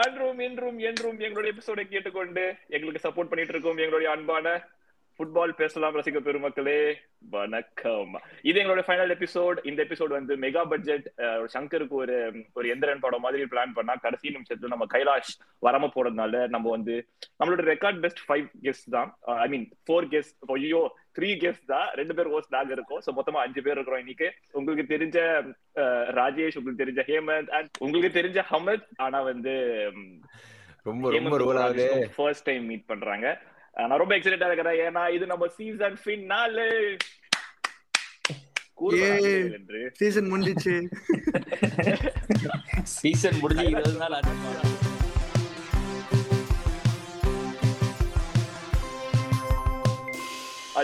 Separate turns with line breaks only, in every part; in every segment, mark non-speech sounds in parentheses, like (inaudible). ஆன்றும் இன்றும் என்றும் எங்களுடைய எபிசோடை கேட்டுக்கொண்டு எங்களுக்கு சப்போர்ட் பண்ணிட்டு இருக்கும் எங்களுடைய அன்பான ஃபுட்பால் பேசலாம் ரசிக பெருமக்களே வணக்கம் இது எங்களோட ஃபைனல் எபிசோட் இந்த எபிசோட் வந்து மெகா பட்ஜெட் அஹ், சங்கருக்கு ஒரு ஒரு எந்திரன் படம் மாதிரி பிளான் பண்ணா கடைசி நிமிஷத்துல நம்ம கைலாஷ் வராம போறதுனால நம்ம வந்து நம்மளோட ரெக்கார்ட் பெஸ்ட் ஃபைவ் கெஸ்ட் தான் ஐ மீன் ஃபோர் கெஸ்ட் ஐயோ த்ரீ கெஸ்ட் தான் ரெண்டு பேர் ஹோஸ்ட் நாங்க இருக்கோம் ஸோ மொத்தமா அஞ்சு பேர் இருக்கிறோம் இன்னைக்கு உங்களுக்கு தெரிஞ்ச அஹ், ராஜேஷ் உங்களுக்கு தெரிஞ்ச ஹேமந்த் அண்ட் உங்களுக்கு தெரிஞ்ச ஹமத் ஆனா வந்து ம்,
ரொம்ப ரொம்ப ரோல் ஆகுது
ஃபர்ஸ்ட் டைம் மீட் பண்றாங்க அஹ் நான் ரொம்ப எக்ஸைட்டடா இருக்கிறேன் ஏன்னா இது நம்ம சீசன் ஃபினாலே
Yay.
கூறு
சீசன்
(laughs)
முடிஞ்சிச்சு
சீசன் முடிஞ்சு இருபது நாள் ஆச்சு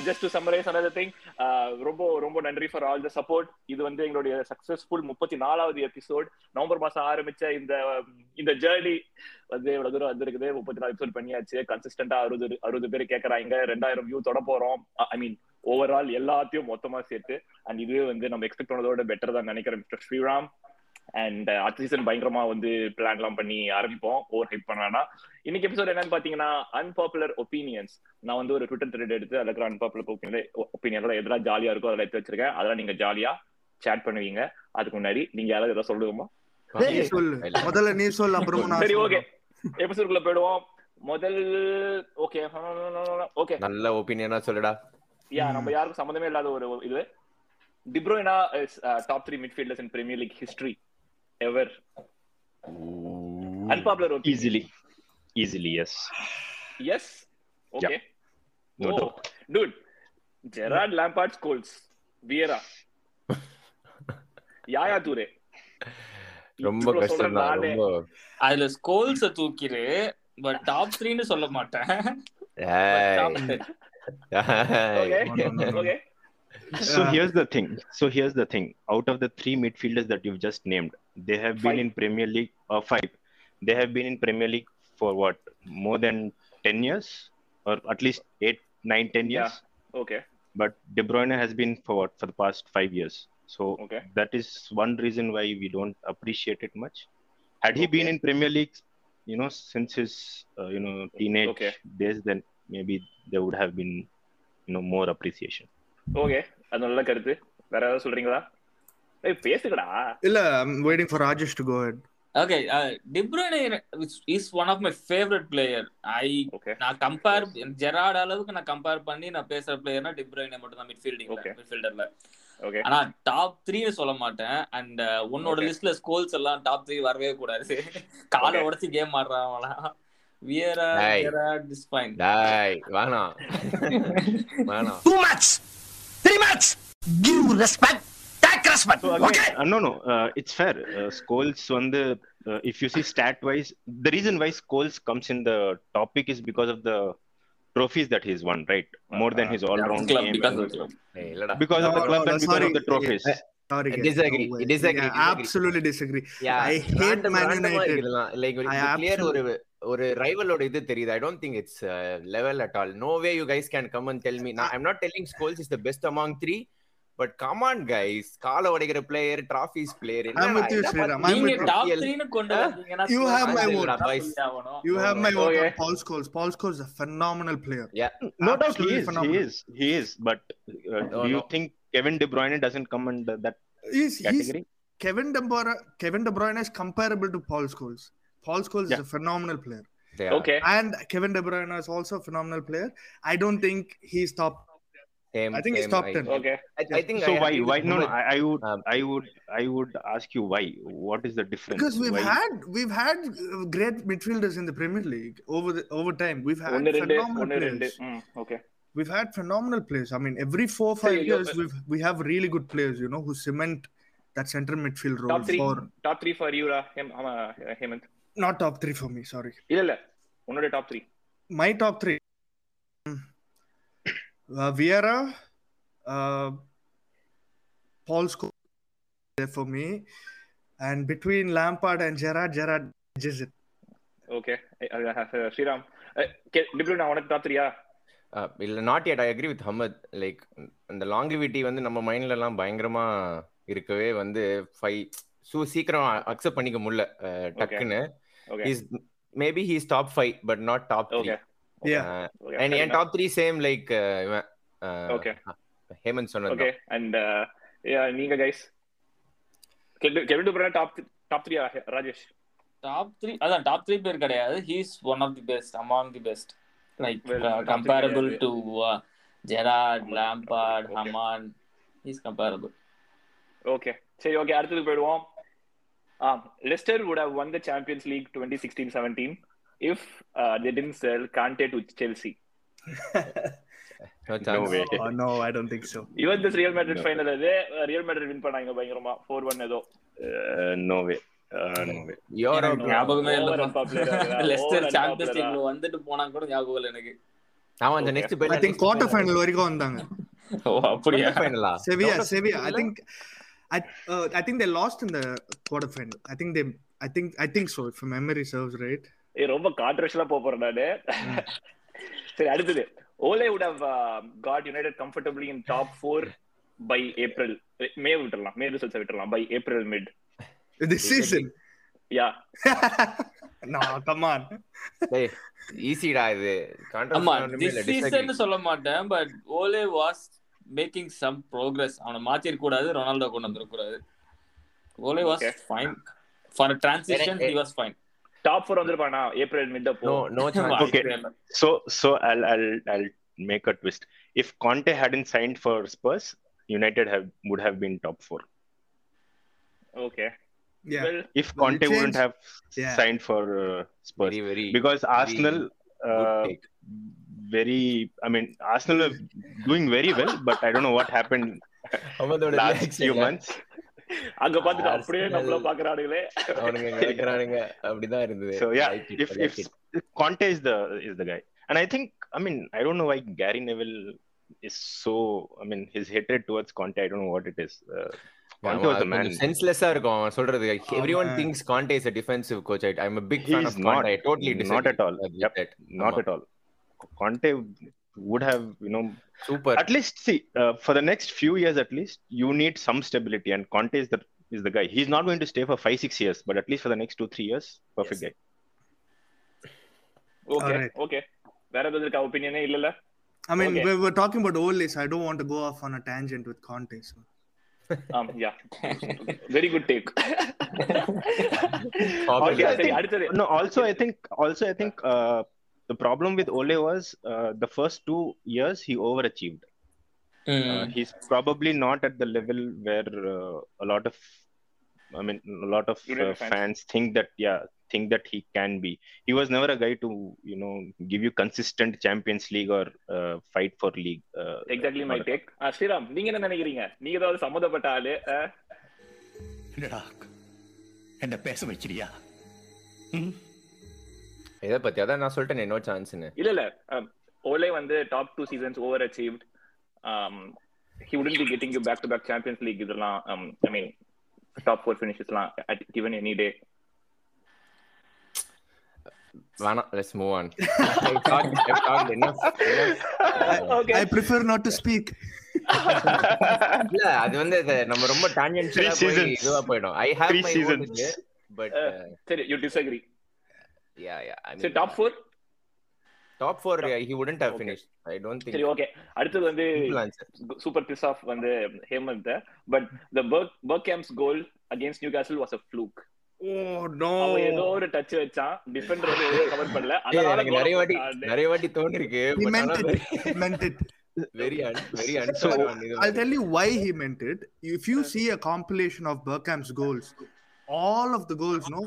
just to summarise another thing ரொம்ப ரொம்ப நன்றி ஃபார் ஆல் த சப்போர்ட் இது வந்து எங்களுடைய சக்சஸ்ஃபுல் முப்பத்தி நாலாவது எபிசோட் நவம்பர் மாசம் ஆரம்பிச்ச இந்த um, இந்த ஜேர்னி வந்து இவ்வளவு தூரம் வந்திருக்குது முப்பத்தி நாலு எபிசோட் பண்ணியாச்சு கன்சிஸ்டன்டா அறுபது அறுபது பேர் கேக்குறாங்க ரெண்டாயிரம் வியூ தொட போறோம் Uh, ஐ மீன் ஓவரால் எல்லாத்தையும் மொத்தமா சேர்த்து அண்ட் இதுவே வந்து நம்ம எக்ஸ்பெக்ட் பண்ணதோட பெட்டர் தான் நினைக்கிறேன் மிஸ்டர் ஸ்ரீராம் அண்ட் அடுத்த சீசன் uh, பயங்கரமா வந்து பிளான் எல்லாம் பண்ணி ஆரம்பிப்போம் ஓவர் ஹைப் பண்ணானா இன்னைக்கு எபிசோட் என்னன்னு பாத்தீங்கன்னா அன்பாப்புலர் ஒப்பீனியன்ஸ் நான் வந்து ஒரு ட்விட்டர் த்ரெட் எடுத்து அதுல இருக்கிற அன்பாப்புலர் ஒப்பீனியன் ஒப்பீனியன்ல எதெல்லாம் ஜாலியா இருக்கோ அதெல்லாம் எடுத்து வச்சிருக்கேன் அதெல்லாம் நீங்க ஜாலியா சேட் பண்ணுவீங்க அதுக்கு முன்னாடி நீங்க யாராவது எதாவது சொல்லுவோமா
நீ சொல்லு முதல்ல நீ சொல்லு அப்புறமா
(laughs)
நான்
சரி ஓகே
சொல்றேன்.
எபிசோடுக்குள்ள போயிடுவோம் முதல் ஓகே ஓகே
நல்ல ஒப்பீனியனா சொல்லுடா
யா நம்ம யாருக்கும் சம்மந்தமே இல்லாத ஒரு ஒரு இது De Bruyne is top three midfielders in Premier League history ever unpopular
easily easily yes
yes okay
No
oh
doubt.
Dude Gerrard Lampard Scholes Vieira Yaya Toure
ரொம்ப
இவ்வளவு
கஷ்டம்
சொல்ற
தான்
நானே.
ரொம்ப
அதுல ஸ்கோல்ஸ தூக்கிரு பட் டாப் த்ரீன்னு சொல்ல மாட்டேன்
ஏய்.
Top ten.
(laughs) ஏய்.
Okay.
No, no, no, no.
Okay.
So
Yeah.
here's the thing. So here's the thing. Out of the three midfielders that you've just named, they have been
Five.
in Premier League or five. They have been in Premier League for what? More than ten years, or at least eight, nine, ten years.
Yeah. Okay.
But De Bruyne has been for what? For the past five years. So
Okay.
that is one reason why we don't appreciate it much. Had he been
Okay.
in Premier League, you know, since his uh, you know teenage
Okay.
days, then maybe there would have been you know more appreciation.
Okay. அது நல்ல கருத்து வேற ஏதாவது சொல்றீங்களா ஏய் பேசுங்கடா
இல்ல waiting for Rajesh to go head
okay De Bruyne is one of my favourite player I
okay
நான் கம்பேர் ஜெராட் அளவுக்கு நான் கம்பேர் பண்ணி நான் பேசுற பிளேயர்னா டிப்ரோனே மட்டும் தான் மிட்ஃபீல்டிங்
Okay.
மிட்ஃபீல்டர்ல
ஓகே
ஆனா டாப் த்ரீன்னு சொல்ல மாட்டேன் அண்ட் உன்னோட
Okay.
லிஸ்ட்ல ஸ்கோல்ஸ் எல்லாம் டாப் த்ரீ வரவே கூடாது காலை
Okay.
உடைச்சு கேம் ஆடுறாங்களாம் Vieira
Hey.
Vieira is fine
டேய்,
(laughs)
வேணாம் வேணாம்
Too much. Three much. Give respect. Take respect.
So again, uh, no, no, uh, it's fair. Uh, Scholes on the uh, if you see stat wise, the reason why Scholes comes in the topic is because of the trophies that he's won, right? More than his all round
club
game.
because of the club.
ஏய், இல்லடா
Because of the
No,
club
no,
and because
sorry.
of the trophies.
Sorry
I disagree. I disagree. I disagree.
absolutely disagree
Yeah,
I hate
random-
Man
randomஆ
United.
இருக்குதுலாம். Like,
I
இது clear
absolutely-
ஒரு ஒரு ரைவலோட இது தெரியுது I don't think it's level at all no way you guys can come and tell me நான் I'm not telling Scholes is the best among three but come on guys கால உடைக்கிற player trophies player
I'm with you, Sriram. I'm
நீங்க
with you.
Top த்ரீன்னு கொண்டு வந்தீங்கன்னா
You have my
score
vote.
தான் சொல்லி ஆகணும்.
you have my vote
Oh, Okay.
on Paul Scholes Paul Scholes is a phenomenal player
No doubt he
Absolutely
is. He
phenomenal.
is. He is. But uh,
No,
do you
no.
think Kevin De Bruyne doesn't come under that
he's, he's
category?
Kevin De Bruyne Kevin De Bruyne is comparable to Paul Scholes Paul Scholes is
Yeah.
a phenomenal player
okay
and Kevin De Bruyne is also a phenomenal player I don't think he's top I think it's top 10.
Okay
I think
so
I
why?
agree with
Why? No, no.
Hemant.
I, I would.
Um,
I would. I would ask you why. What is the difference?
because we've
Why-
had we've had uh, great midfielders in the Premier League over the, over time we've had
ஒன்னு ரெண்டு
phenomenal
ஒன்னு ரெண்டு
players
ம் okay
we've had phenomenal players. I mean, every four five
you-
years we've we have really good players, you know, who cement that central midfield role
Top three.
for
top three for யூரா ஹேம் ஆமா Hemant
not top three for me, sorry.
இல்ல இல்ல உன்னோட top three
My top three. Mm. Uh, Vieira, uh, Paul Scholes there for me. And between Lampard and Gerard, Gerard is it.
Okay Sriram டிப்ளூ Uh, நான் உனக்கு top த்ரீயா
Uh, இல்ல not yet I agree with Hamad like அந்த longevity வந்து நம்ம மைண்ட்ல எல்லாம் பயங்கரமா இருக்கவே வந்து ஃபைவ் சூ சீக்கிரம் அக்செப்ட் பண்ணிக்க முடியல அஹ், டக்குன்னு
Okay.
He's maybe he's top five, but not top three.
Okay.
Yeah.
Uh,
Okay,
and
fair
and
enough.
top three same like uh, uh,
Okay.
Heyman Sonal.
Okay. And uh, yeah, நீங்க guys. Kevin Kevin De Bruyne top th- top three ஆ, Rajesh
top three அதான் top three பேர் கிடையாது he's one of the best among the best like
Well, top three
comparable
கிடையாது.
To Gerrard Lampard
okay.
ஹமான் he's comparable
okay சரி okay அடுத்தது போயிடுவோம் ஆ Leicester would have won the champions league 2016-17 if uh, they didn't sell Kante to Chelsea
No chance.
way.
(laughs) Oh, no, I don't think so.
even this Real Madrid
No.
final அது uh, Real Madrid win பண்ணாங்க பயங்கரமா 4-1 ஏதோ
Uh, no way. Uh, no way.
Europe.
எனக்கு ஞாபகமே
Oh, Over and popular.
(laughs) இல்லை Leicester
Over and
Champions
popular.
லீக்ல வந்துட்டு போனா கூட ஞாபகம் இல்லை எனக்கு
அவன் அந்த next bell-
I think quarter final வரைக்கும் வந்தாங்க.
ஓ அப்படியா
Quarter final ah?
(laughs) Sevilla,
Quarter
Sevilla. I
final?
think I uh, I think they lost in the quarter final. I think they I think I think so if my memory serves right.
ஏய், ரொம்ப கான்ட்ரவர்ஷியலா போக போறேன் நானு சரி அடுத்தது Ole uh, would have got United comfortably in top four by April May விட்டுறலாம் May results விட்டுறலாம் by April mid
This season.
Yeah
(laughs) no, come on.
டேய், easy டா இது. Quarter
(laughs) ஆமா
final ஒண்ணுமே
this
இல்ல,
season
disagree.
சொல்ல மாட்டேன் but Ole was making some progress அவனை மாத்திர கூடாது ரொனால்டோ கொண்டு வந்துட கூடாது Ole was
Okay.
Fine for transition
எனக்கு-
he was fine
top four வந்திருப்பானா ஏப்ரல் மிட் அப்போ
No,
(laughs)
no chance.
Okay. So so I'll I'll I'll make a twist. If Conte hadn't signed for Spurs, United have would have been top four.
Okay
Yeah.
Well
If
Well, it
Conte wouldn't
changed.
have
Yeah.
signed for uh, Spurs,
Very, very
because Arsenal.
good
Uh,
take.
very, I mean, Arsenal are doing very well, but I don't know what
(laughs)
happened
அவனோட
last
reaction
few
ல
months.
அங்க பாத்துட்டு அப்படியே
Arsenal.
நம்மள பாக்குறானுங்களே
அவனுங்க கலக்குறானுங்க. அப்படிதான் இருந்தது.
So yeah,
Like it,
if
like
if
it.
Conte is the is the guy, and I think I mean I don't know why Gary Neville is so I mean his hatred towards Conte I don't know what it is. Uh, Conte was the
அவன்
man. Oh,
கொஞ்சம் senseless-ஆ இருக்கும் அவன் சொல்றது. Everyone
ஆமா.
thinks Conte is a defensive coach. I- I'm a big fan
He's
of Conte.
not.
I totally
Not
disagree
at all.
with
Yep.
that.
Not
ஆமா.
at all. Conte would have you know
Super.
at least see uh, for the next few years at least you need some stability and Conte is the is the guy. He's not going to stay for five six years, but at least for the next two three years, perfect guy.
Okay
Alright.
Okay வேற எதுவும் இருக்கா ஒபினியனே இல்லல
I mean,
Okay.
we were talking about Ole, so I don't want to go off on a tangent with Conte. So.
Um yeah very good take
Popular.
Okay சரி அடுத்தது
no also i think also i think uh, the problem with ole was uh, the first two years he overachieved
Hmm.
uh, he's probably not at the level where uh, a lot of i mean a lot of uh,
United fans.
fans think that yeah think that he can be he was never a guy to you know give you consistent champions league or uh, fight for league uh,
exactly my
not-
take Sriram Uh, நீங்க என்ன நினைக்கிறீங்க நீங்க ஏதாவது சம்மந்தப்பட்ட ஆளு Uh, அஹ்,
என்னடா என்ன பேச வச்சிரியா
இதை பத்தி அதான் நான் சொல்லிட்டேனே no chance-ன்னு.
இல்ல இல்ல ஓலே வந்து top two seasons over achieved Um, he உடன் be getting you back to back champions league இதெல்லாம் um, I mean top four ஃபினிஷஸ்லாம் அட் கிவன் எனி டே
வேணாம் let's move
(laughs)
on I've talked- I've talked enough. Enough.
(laughs)
Okay
I prefer not to speak.
இல்ல அது வந்து அது நம்ம ரொம்ப
Three
டான்ஜென்ஷியலா போய்
seasons.
இதுவா போயிடும் I have
Three
my
seasons. Uh,
own but
சரி you disagree
yeah yeah I
சரி
mean
top four
top 4 he wouldn't have
Okay.
Finish I don't
சரி
திங்க்
ஓகே அடுத்தது வந்து சூப்பர் பிஸ் ஆஃப் வந்து Hemant but the work work games goal against Newcastle was a fluke
Oh,
அவன் ஏதோ
no.
ஒரு touch வச்சான் டிஃபெண்டர் வந்து கவர் பண்ணல அதனால
எனக்கு நிறைய வாட்டி நிறைய வாட்டி தோணி இருக்கு
He meant it.
(laughs)
He meant it.
Very very
I'll tell you why he meant it. If you see a compilation of Burkham's goals, all of the goals, no,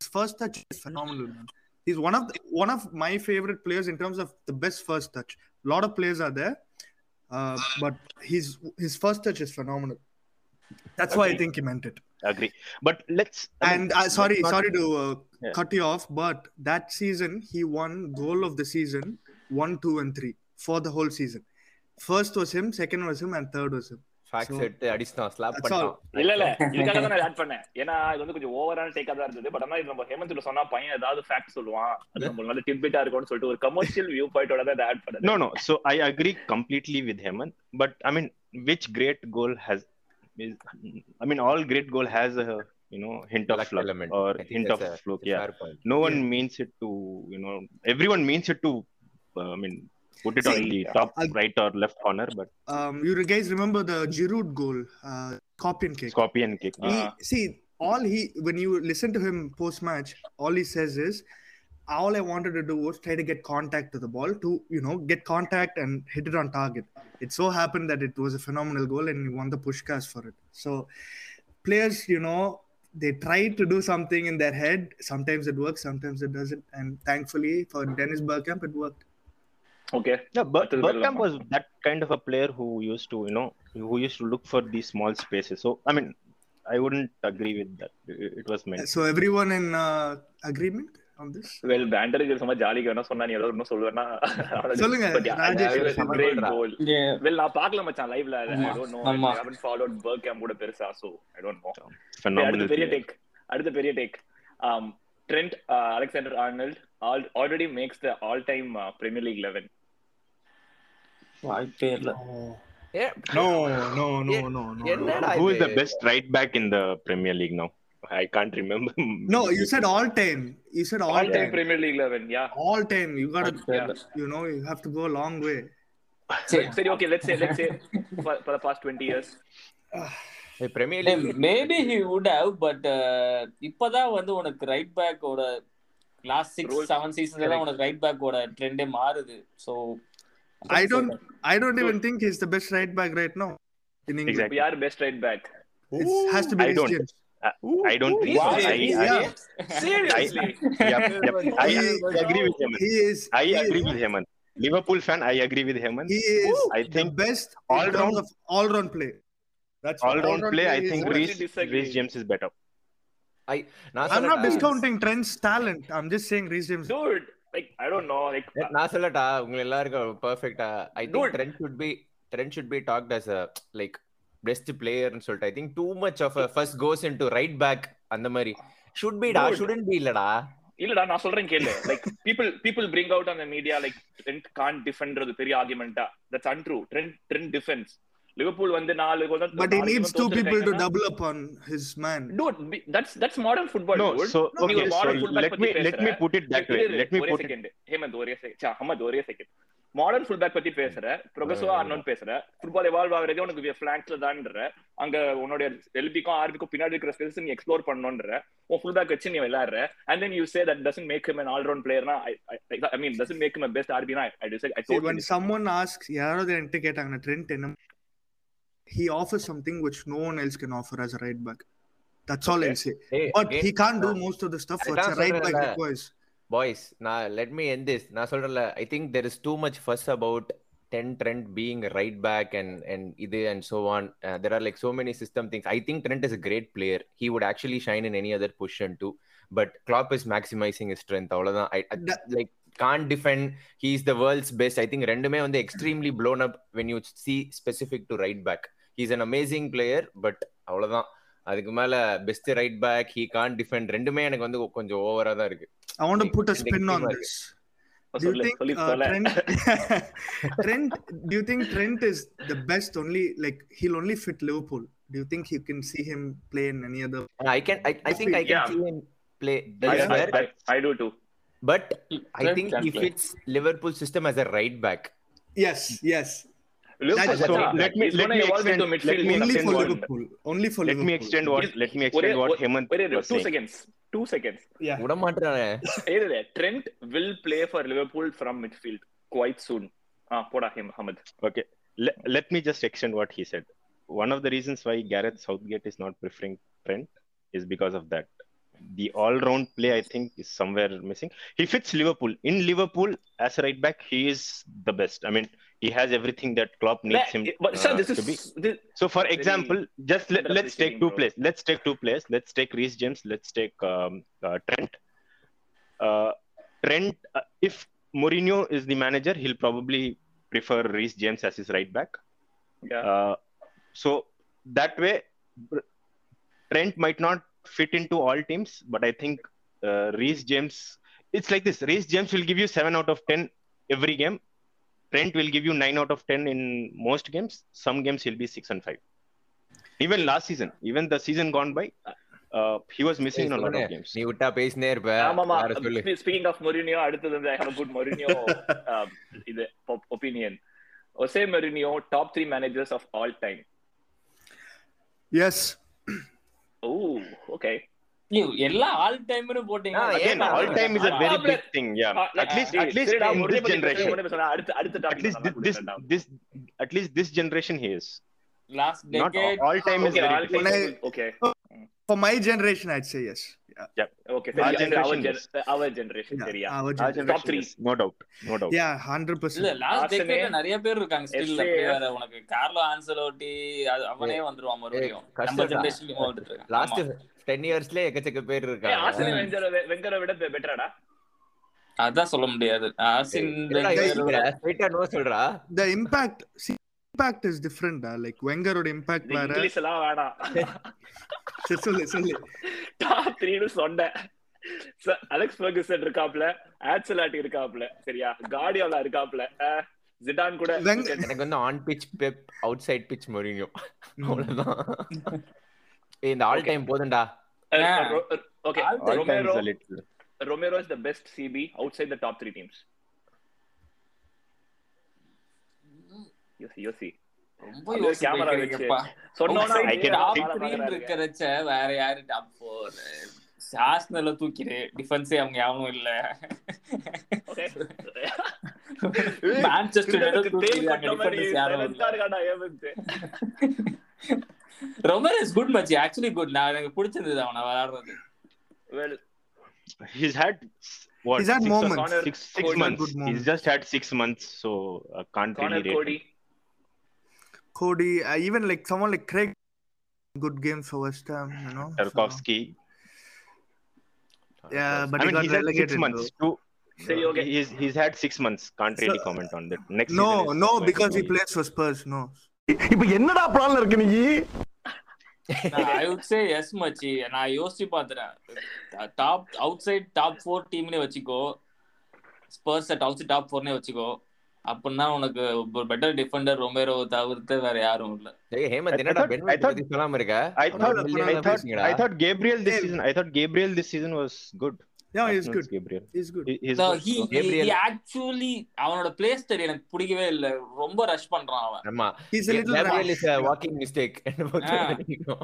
his first touch is phenomenal. Man. He's one of the, one of my favorite players in terms of the best first touch. A lot of players are there, uh, but his his first touch is phenomenal. That's why I think he meant it.
agree but let's I mean,
And uh, sorry,
let's not-
sorry to uh,
Yeah.
cut you off, but that season he won goal of the season one, two, and three for the whole season. First was him, second was him, and third was him.
Facts
So-
எடுத்து அடிச்சான் slab
That's all.
பண்ணான்
இல்ல இல்ல இதுக்காக தான் நான் add பண்ணேன் ஏன்னா இது வந்து கொஞ்சம் ஓவரான டேக்கா தான் இருந்தது பட் ஆனா இது நம்ம ஹேமந்த் சொன்னா பையன் ஏதாவது ஃபேக்ட் சொல்லுவான் அது நம்மளுக்கு நல்ல டிப்பிட்டா இருக்கும்னு சொல்லிட்டு ஒரு கமர்ஷியல் வியூ பாயிண்டோட தான் ஆட்
uh,
பண்ணேன்
No, no. So I agree completely with Hemant. But I mean, which great goal has? Is, I mean, all great goal has a you know hint of
Luck
fluke
element.
or
I think
hint of
that's a- it's a
fluke. Yeah,
fair point.
no one means it to you know everyone means it to. Uh, I mean, put it
See, uh,
on the top
I'll-
right or left corner, but
Um, you guys remember the Giroud goal, uh, scorpion kick.
scorpion kick.
he
Ah.
see all he when you listen to him post match all he says is all i wanted to do was try to get contact to the ball to you know get contact and hit it on target it so happened that it was a phenomenal goal and he won the pushkas for it so players you know they try to do something in their head sometimes it works sometimes it doesn't and thankfully for dennis bergkamp it worked
okay
Yeah, but
That is
Bergkamp
relevant.
was that kind of a player who used to, you know, who used to look for these small spaces. So I mean, I wouldn't agree with that. It it was meant.
so everyone in uh, agreement on this
well பேண்டருக்கு சும்மா ஜாலிக்கு வேணா சொன்னா நீ ஏதாவது இன்னும் சொல்லுவேன்னா
சொல்லுங்க, ராஜேஷ்
சொல்லுங்க.
கிரேட் கோல்
இங்கே
வெல் நான் பார்க்கல மச்சான் லைவ்ல ஐ
ஆமா,
டோன்ட் நோ
ஆமா.
I haven't followed work game கூட பெருசா so I don't know
Phenomenal.
அடுத்த பெரிய
player.
டேக் அடுத்த பெரிய take um Trent Alexander Arnold already makes the all time Premier League 11
வாய்ப்பே இல்ல
Yeah,
no no no
Yeah.
no no
என்னடா
Who is
இது?
the best right back in the Premier League now? I can't remember. (laughs)
No, you said all time. You said all,
all time
time.
Premier League 11 yeah
All time. You gotta,
Okay.
you know, you have to go a long way.
சரி
சரி okay let's say let's say for the past 20 years
Hey, Premier League.
Maybe he would have but uh, இப்பதான் வந்து உனக்கு right பேக்கோட last
Role.
Six seven சீசன்ல எல்லாம் உனக்கு right பேக்கோட ட்ரெண்டே மாறுது so
I don't, I don't even think he's the best right back right now in England.
Exactly.
We are best right back
It has to be
I
Reece
don't.
James.
I don't think so.
Why?
I, I,
Yeah. (laughs)
Seriously
yeah, yeah. I, I agree with him.
He is.
I
he is-
agree with Hemant. Liverpool fan, I agree with Hemant.
He is
I
the
think
best all
all
in terms
round-
of all round play. That's
all round
all-round
play, I
is
think
what-
Reece-
Reese
disagree.
Reese James is better.
நான்
I'm not
சொல்லட்டா?
discounting Trent's talent. I'm just saying Reece James.
dude like i don't know like
Yeah, நான் சொல்லட்டா உங்க எல்லாருக்கும் பெர்ஃபெக்ட்டா I think
Dude.
Trent should be Trent should be talked as a like best பிளேயர்னு சொல்லிட்டு I think too much of fuss goes into right back அந்த மாதிரி should be டா
Dude.
ஷுடன் பி இல்லடா
இல்லடா நான் சொல்றேன் கேளு like people people bring out on media like Trent can't டிஃபெண்ட்றது பெரிய ஆர்குமெண்டா that's untrue Trent Trent defence Liverpool வந்து நாலு goal தான்
But he
நாலு
needs
goal
two people to
தோத்துருக்காங்கன்னா-
double up on his man.
Dude, be- that's that's modern football.
No,
dude.
so
நீ
okay,
ஒரு
so
modern fullback
let
பத்தி
me let
பேசுற.
me put it that way.
இரு,
Let me
ஒரே
put it.
second. Hemant ஒரே second சா அஹமத் ஒரே second modern full back பத்தி பேசுற ப்ரொகசிவா ஆர்னோன் பேசுற ஃபுட்பால் எவால்வ் ஆகுறதே உனக்கு ஃபிளாங்க்ல தான்ன்ற அங்க உன்னோட எல்பிக்கும் ஆர்பிக்கும் பின்னாடி இருக்கிற ஸ்கில்ஸ் நீ எக்ஸ்ப்ளோர் பண்ணணும்ன்ற உன் ஃபுல் பேக் வச்சு நீ விளையாடுற and then you say that doesn't make him an all round player I I mean doesn't make him a best ஆர்பினா ஐ டிஸ் I
See, when someone asks யாராவது என்கிட்ட கேட்டாங்கன்னா ட்ரெண்ட் என்ன he offers something which no one else can offer as a right back that's all i'll say but he can't do most of the stuff which a
அதான்
right back
சொல்றேன்ல.
requires
boys நான் let me என் this நான் சொல்றேன்ல I think there is too much fuss about then Trent being right back and and இது and so on there are like so many system things I think Trent is a great player he would actually shine in any other position too but Klopp is maximising his strength அவ்வளோதான் I
That-
like can't defend he is the world's best I think ரெண்டுமே வந்து extremely blown up when you see specific to right back he is an amazing player but அவ்வளோதான் அதுக்கு மேல best right back he can't defend ரெண்டுமே எனக்கு வந்து கொஞ்சம் ஓவரா தான் இருக்கு
i want to
Like,
put a
and
spin on
extreme
this
Oh,
do you
சொல்லு
think
சொல்லி
uh,
சொல்ல
trent
(laughs)
trent do you think trent is the best only like he'll only fit liverpool do you think you can see him play in any other
And I can, I, I think I can
Yeah.
see him play
I,
elsewhere,
I, I, I do too.
but I
Trent
think
can
he
play.
fits Liverpool system as a right back.
yes yes
Liverpool,
is- so
மச்சான்,
let me-
he's
let
gonna
me
evolve
extend-
into
let
midfield
me
in
only
the
for
extend
same
one.
world.
liverpool only for
Let me
liverpool
extend what let me extend
ஒரே-
what
ஒரே-
Hemant
ஒரே
was
two
saying.
Seconds two seconds
yeah
விடமாட்டானே.
இல்ல Trent will play for Liverpool from midfield quite soon ஆ போடா him Ahmed
Okay. Let, let me just extend what he said. One of the reasons why Gareth Southgate is not preferring Trent is because of that. The all-round play, I think, is somewhere missing. He fits Liverpool. In Liverpool, as a right back, he is the best. I mean, he has everything that Klopp needs him
but
uh,
sir this
to be.
Is this
So, for example, just let, let's take
underappreciating,
two
bro.
players. Let's take two players. Let's take Reese James. Let's take um, uh, Trent. Uh, Trent, uh, if Mourinho is the manager, he'll probably prefer Reese James as his right back. Uh, so that way, Br- Trent might not fit into all teams, but I think uh, Reese James. It's like this: Reese James will give you seven out of ten every game. Trent will give you nine out of ten in most games. Some games he'll be six and five. Even last season, even the season gone by, uh, he was missing in a lot of
சொல்லுனே,
games.
நீ விட்டா பேசினே இருப்ப
ஆமாமா
வேற சொல்லு
speaking of Mourinho அடுத்தது வந்து I have good Mourinho
(laughs)
um, இது opinion Jose Mourinho top three managers of all time
yes
oh okay
ஐயோ, எல்லாம் ஆல் டைம்னு போட்டீங்க
ஆ,
Again,
ஏன்
all time is a
ஆ,
very
ஆ,
big thing. Yeah,
Uh,
at least at least in this generation, at least thi- this this at least this generation he is.
Last
Not all
decade
all time is
Okay,
very
I'll
big.
take
different.
it. Okay,
for my generation i'd say yes yeah,
okay, சரி, அது
Our
our
generation
gen- our generation,
yeah.
சரியா?
our
Our
generation.
generation
three.
is, no doubt, no doubt.
yeah 100
இல்ல
percent
last
Arsenal,
டெக்கேட்ல நிறைய பேர் இருக்காங்க still
SA.
அப்படியே வேற உனக்கு கார்லோ ஆன்சலோட்டி அது அவனே வந்துருவான் மறுபடியும்
கஷ்டம்
நம்ம
தான்.
ஜெனரேஷன்லயும் வந்துட்டு இருக்கான்
லாஸ்ட்
ஆமா.
டென் இயர்ஸ்ல எக்கச்சக்க பேர்
ஏய்,
இருக்காங்க
ஆர்சனல் வெங்கர- வெ- வெங்கரை விட பெ- better ஆடா?
அதான் சொல்ல முடியாது ஆர்சின்
என்னடா
வெங்கர்
யோசிக்கிற? straight ஆ no சொல்றா
the impact see, impact is different ah. like வெங்கரோட impact
இந்த
வேற
இங்கிலீஷ் எல்லாம் வேணாம்.
சரி, சொல்லு
(laughs)
சொல்லு
Top three ன்னு சொன்னேன். ச- அலெக்ஸ் ஃபெர்குசன் இருக்காப்ல, ஆன்செலாட்டி இருக்காப்ல, சரியா? கார்டியோலா இருக்காப்ல, அஹ், ஜிடான் கூட
வெங்க-
எனக்கு வந்து on pitch Pep outside pitch Mourinho அவ்வளவுதான் ஏய், இந்த ஆல் டைம் போதும்டா
அஹ், ரொ- okay,
All
All time
Romero
is a little.
Romero is the best CB outside the top three teams. You see, you see.
ரொம்ப
அப்படியே
யோசிச்சு
camera
போயிருக்கப்பா.
சொன்னோன்னா
I
அப்படியே
can
ஆள
டாப்
see-
பாக்குறாங்க.
த்ரீன்னு இருக்கிறச்ச வேற யாரு டாப் ஃபோர் சாஸ்னல தூக்கிடு டிஃபென்ஸே அவங்க யாரும் இல்ல
Okay.
(laughs) மான்செஸ்டர்
கிரிக்கெட்டுக்கு தேள் கொட்ட மாதிரி
டிஃபென்ஸ் யாரும்
talent ஆ
இல்ல
இருக்காடா ஏவன்ட்டு.
ரொம்ப குட் மச் ஆக்சுவலி குட் நான் எனக்கு பிடிச்சிருந்தது அவனை விளையாடுறது
Well,
He's had s- what?
He's had
six or-
moments.
Six, six
Cody.
months.
Good moments.
He's just had six months, so I can't
Connor
really rate
Cody.
Cody, uh, even like someone like Craig, good game for West Ham, you know. so-
Tarkovsky.
yeah, but
I mean,
he
he's
got
had six
relegated.
months.
though.
Two,
சரி, okay.
he's he's had six months. Can't really
So-
comment on that. Next
No,
season is
no,
going to
because he
be-
plays for Spurs. No.
இப்ப என்னடா problem இருக்கு நீ
I would say yes மச்சி நான் யோசிச்சு பாத்துறேன் top outside top four டீம்னே வச்சுக்கோ ஸ்பர்ஸ் டாப் டாப் ஃபோர்னே வச்சுக்கோ அப்படின்னா உனக்கு ஒரு பெட்டர் டிஃபெண்டர் ரொமேரோ தவிர்த்து வேற யாரும் இல்ல
ஏய், ஹேமந்த்
I- I
என்னடா
thought-
பென்வெட்
I thought-
பத்தி சொல்லாம இருக்க
I thought,
ஒரு million
I
தடவை
thought,
பேசுனீங்கடா.
I thought Gabriel this
Yeah.
season. I thought Gabriel this season was good.
Yeah, he's
Arsenal's
good.
Gabriel.
He's good.
He- He's
No,
good.
he
So-
Gabriel-
he actually அவனோட play style எனக்கு பிடிக்கவே இல்ல ரொம்ப rush பண்றான் அவன்
ஆமா
He's a little
Gabriel is
rash.
a walking mistake (laughs)
Ah.
என்ன பொறுத்த
Yeah.
வரைக்கும்.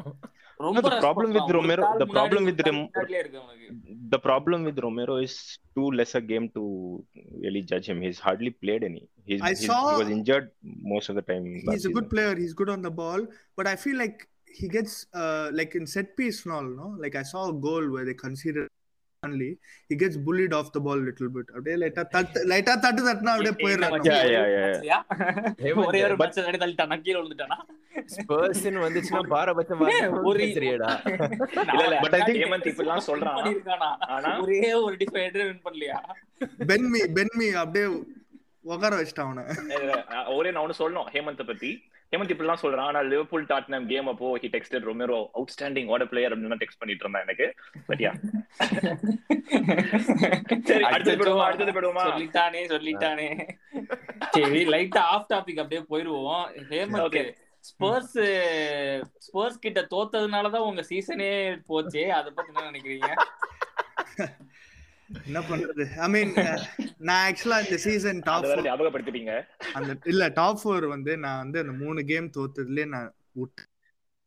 ரொம்ப
No, the
rush
problem with
பண்றான். ஒரு
Romero-
call
the problem with
முன்னாடி, ஒரு கால்
Rom-
பின்னாடியே இருக்கு அவனுக்கு
The problem with Romero is too less a game to really judge him. He's hardly played any. He's,
I
he's-
saw-
he was injured most of the time. last
He's a
season.
good player. He's good on the ball, but I feel like he gets uh, like in set piece and all. No, like I saw a goal where they conceded. Only he gets bullied off the ball a little bit. அப்படியே light ஆ தட்டு- light ஆ தட்டு தட்டுனா அப்படியே
ஏ- ஏ,
போயிடுறான்.
நம்ம-
Yeah, yeah, yeah. yeah.
சரியா?
(laughs)
ஹேமந்த்,
ஒரே ஒரு
but
பச்சை தண்ணி தள்ளிட்டானா கீழே விழுந்துட்டானா
Spurs ன்னு
(laughs)
வந்துச்சுன்னா பாரபட்சம்
ஒரு-
வாங்கி தெரியடா.
இல்ல, இல்ல,
But I think-
ஹேமந்த் இப்படிலாம் சொல்றான்.
பண்ணியிருக்கானா?
ஆனா?
ஒரே ஒரு டிஃபைட் வின் பண்ணலையா
பென்மி பென்மி அப்படியே உக்கார வச்சிட்டான் அவனை.
இல்ல, அஹ், ஒரே நான் ஒண்ணு சொல்லணும் ஹேமந்த் பத்தி ஹேமந்த் இப்படிலாம் சொல்றான் ஆனா லிவர்பூல் டாட்னம் கேம் அப்போ he texted Romero outstanding what player அப்படின்னு டெக்ஸ்ட் பண்ணிட்டு இருந்தான் எனக்கு பட் யா சரி, அடுத்தது போடுவோமா, அடுத்தது போடுவோமா?
சொல்லிட்டானே சொல்லிட்டானே சரி லைட்டா ஆஃப் டாபிக் அப்படியே போயிருவோம் ஹேமந்த்
Okay.
ஸ்போர்ட்ஸ் ஸ்போர்ட்ஸ் கிட்ட தோத்ததுனால தான் உங்க சீசனே போச்சே அத பத்தி என்ன நினைக்கிறீங்க
என்ன பண்றது ஐ மீன் நான் ஆக்சுவலா இந்த சீசன் டாப்
அதை வேற ஞாபகப்படுத்திட்டீங்க
அந்த இல்ல டாப் ஃபோர் வந்து நான் வந்து அந்த மூணு கேம் தோத்ததுலயே நான்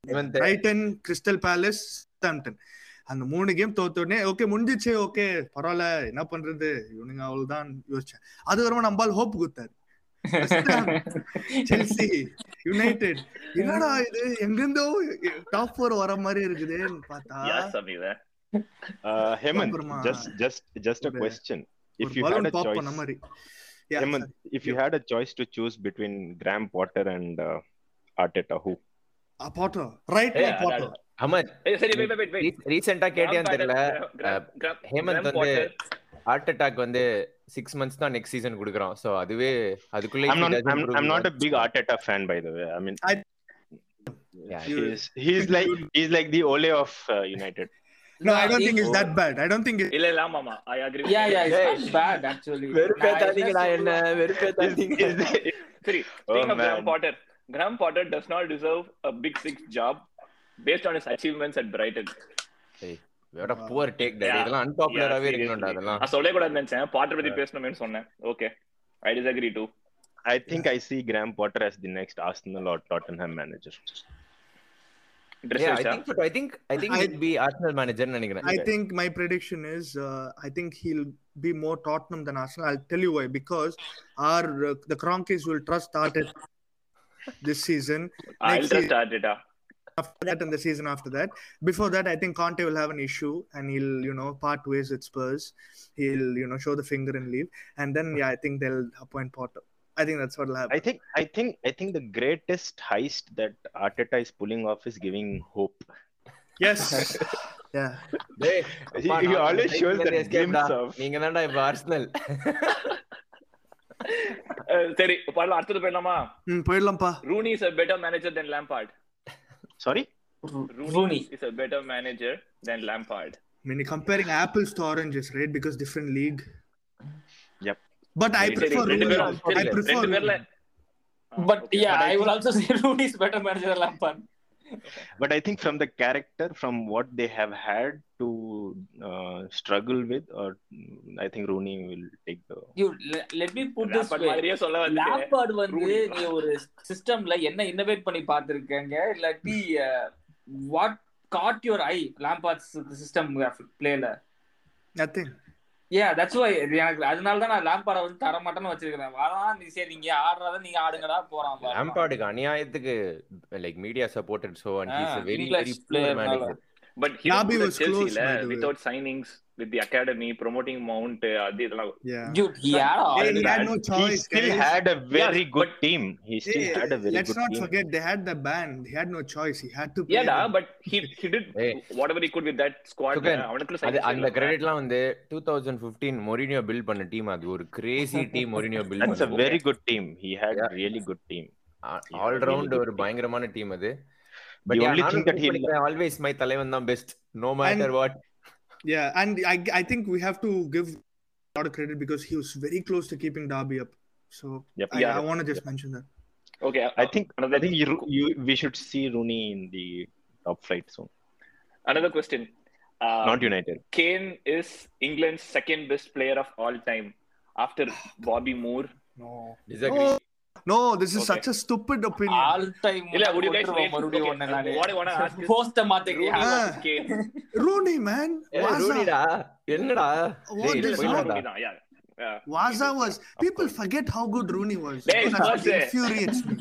Hemant,
Brighton Crystal Palace Southampton அந்த மூணு கேம் தோத்த உடனே ஓகே முடிஞ்சிச்சு ஓகே பரவாயில்ல என்ன பண்றது இவனுங்க அவ்வளவுதான் யோசிச்சேன் அது வரமா நம்பால் ஹோப் குத்தாரு செல்சி யுனைடெட் என்னடா இது எங்க இருந்தோ டாப் ஃபோர் வர மாதிரி இருக்குதுன்னு பார்த்தா
யார் சாமி இவன்?
Uh, Hemant,
அப்புறமா
just just just a
ஒரு-
question. If
ஒரு
you had
balloon
a
pop
choice,
பண்ண மாதிரி Yeah,
Hemant, if you
Yeah.
had a choice to choose between Graham Potter and uh, Arteta, who?
sorry. Potter right
ஏய்,
Potter
Aman,
ஏய், சரி wait, wait, wait, wait.
ரீ- recent ஆ கேட்டியான்னு தெரியல
Graham- Graham- Graham-
Hemant
Graham
வந்து
Potter.
Heart attack வந்து six months தான் next season குடுக்குறோம் so அதுவே அதுக்குள்ள
I'm not. I'm, I'm not a big Arteta fan, by the way. I mean,
I-
Yeah,
he's he's like he's like the Ole of uh,
(laughs)
United.
No, I don't think it's that bad. I don't think it.
இல்ல இல்ல ஆமா ஆமா I agree
yeah yeah it's bad actually
வெறுப்பேத்தாதீங்கடா என்ன வெறுப்பேத்தாதீங்க
(laughs)
Is the-
சரி
Oh,
speaking of Graham
man.
Potter Graham Potter does not deserve a big six job based on his achievements at Brighton
what a poor take that
Yeah.
இதெல்லாம் அன்பாப்புலராவே இருக்கணும்டா அதெல்லாம்
நான் சொல்லவே கூடாது நினைச்சேன் பாட்டர் பத்தி பேசணுமேனு சொன்னேன் okay I disagree to
I think I see Graham Potter as the next Arsenal or Tottenham manager.
yeah i
interest
think so. i think i think
I-
he'd be arsenal manager னு நினைக்கிறேன்
I think my prediction is uh, I think he'll be more Tottenham than Arsenal. I'll tell you why because our uh, the Cronkies will trust Arteta (laughs) this season.
I
Next
trust Arteta
After that and the season after that. Before that, I think Conte will have an issue and he'll you know part ways with Spurs. He'll you know show the finger and leave. And then yeah, I think they'll appoint Potter. I think that's what'll happen.
I think I think I think the greatest heist that Arteta is pulling off is giving hope.
yes. yeah.
டேய்,
He,
அப்பா,
he
நான்
always
இந்த
shows
cycle
that
escape
glimpse
டா.
of
நீங்க தான்டா இப்ப Arsenal
Uh, சரி பாடலாம் அடுத்தது போயிடலாமா
Mm, போயிடலாம்ப்பா.
Rooney is a better manager than lampard
sorry.
Rooney is a better manager than lampard
I mean, you're comparing apples to oranges, right? Because different league.
Yep.
But I
Very
சரி
prefer.
ரெண்டு
Rooney.
பேரும் சரி,
I prefer
ரெண்டு பேர்ல
but yeah I will also say Rooney is better manager Lampard
But I think from the character, from what they have had to uh, struggle with, or mm, I think Rooney will take the.
You let me put this
Lampard
way
மாதிரியே சொல்ல வந்து
Lampard வந்து
Rooney.
நீ ஒரு சிஸ்டம்ல என்ன innovate பண்ணி பார்த்திருக்கீங்க இல்லாட்டி uh, what got your I Lampard system பிளேல
Nothing.
ஏ தட்ஸ் வை எனக்கு அதனால தான் நான் லாம்பார்ட வந்து தர மாட்டேன்னு வச்சிருக்கிறேன் வரலாம் நீ சரி நீங்க ஆடுறத நீங்க ஆடுங்கடா போறான் பாருங்க.
ஆம்பாடுக்கு அநியாயத்துக்கு like media supported so and he's
Ah,
very
English
very
player
player manager
but
Naby
ஹிலாபி
was
வாஸ்
close,
க்ளோஸ்ல
by the way.
Without signings with the academy promoting Mount uh, அது இதெல்லாம்
Yeah.
Dude, he had all
Hey, he
that.
had no
he
choice.
still
guys.
had a very
Yeah,
good team. He still
Hey,
had a very
let's
good
not
team.
forget they had the ban. He had no choice. He had to play.
ஏடா
them.
But he he did
Hey.
Whatever he could with that squad
Sugan,
அவனுக்கு
அது அந்த கிரெடிட்லாம் வந்து two thousand fifteen Mourinho built பண்ண team அது ஒரு crazy team Mourinho built
That's a
பண்ண
very good team. He had
Yeah.
really good team. Yeah,
all round
really
ஒரு
good
பயங்கரமான டீம் அது
The only thing that he
always my தலைவன் தான் best no matter what
Yeah, and I, I think we have to give a lot of credit because he was very close to keeping Derby up. So
Yep.
I,
Yeah.
I want to just mention that.
Okay
I think I
another
think you, you we should see Rooney in the top flight soon.
another question Uh,
Not United.
Kane is England's second best player of all time after Bobby Moore.
No.
Disagree
No, this is
Okay.
such a stupid opinion.
All time
இல்ல, would you guys
போட்டுருவோம்
rate-
மறுபடியும்
okay,
ஒண்ணு நானு.
what I wanna ask is-
Post-அ மாத்திக்கிறியா?
Rooney
Ah.
versus
(laughs)
Kane.
Rooney, man. Waza.
ரூடிடா என்னடா
Oh,
டேய்,
this
போய்
is
வாடா.
Rooney தான், yeah. Yeah.
Waza was. People forget how good Rooney was.
Hey,
That's what
Jose.
infuriates me.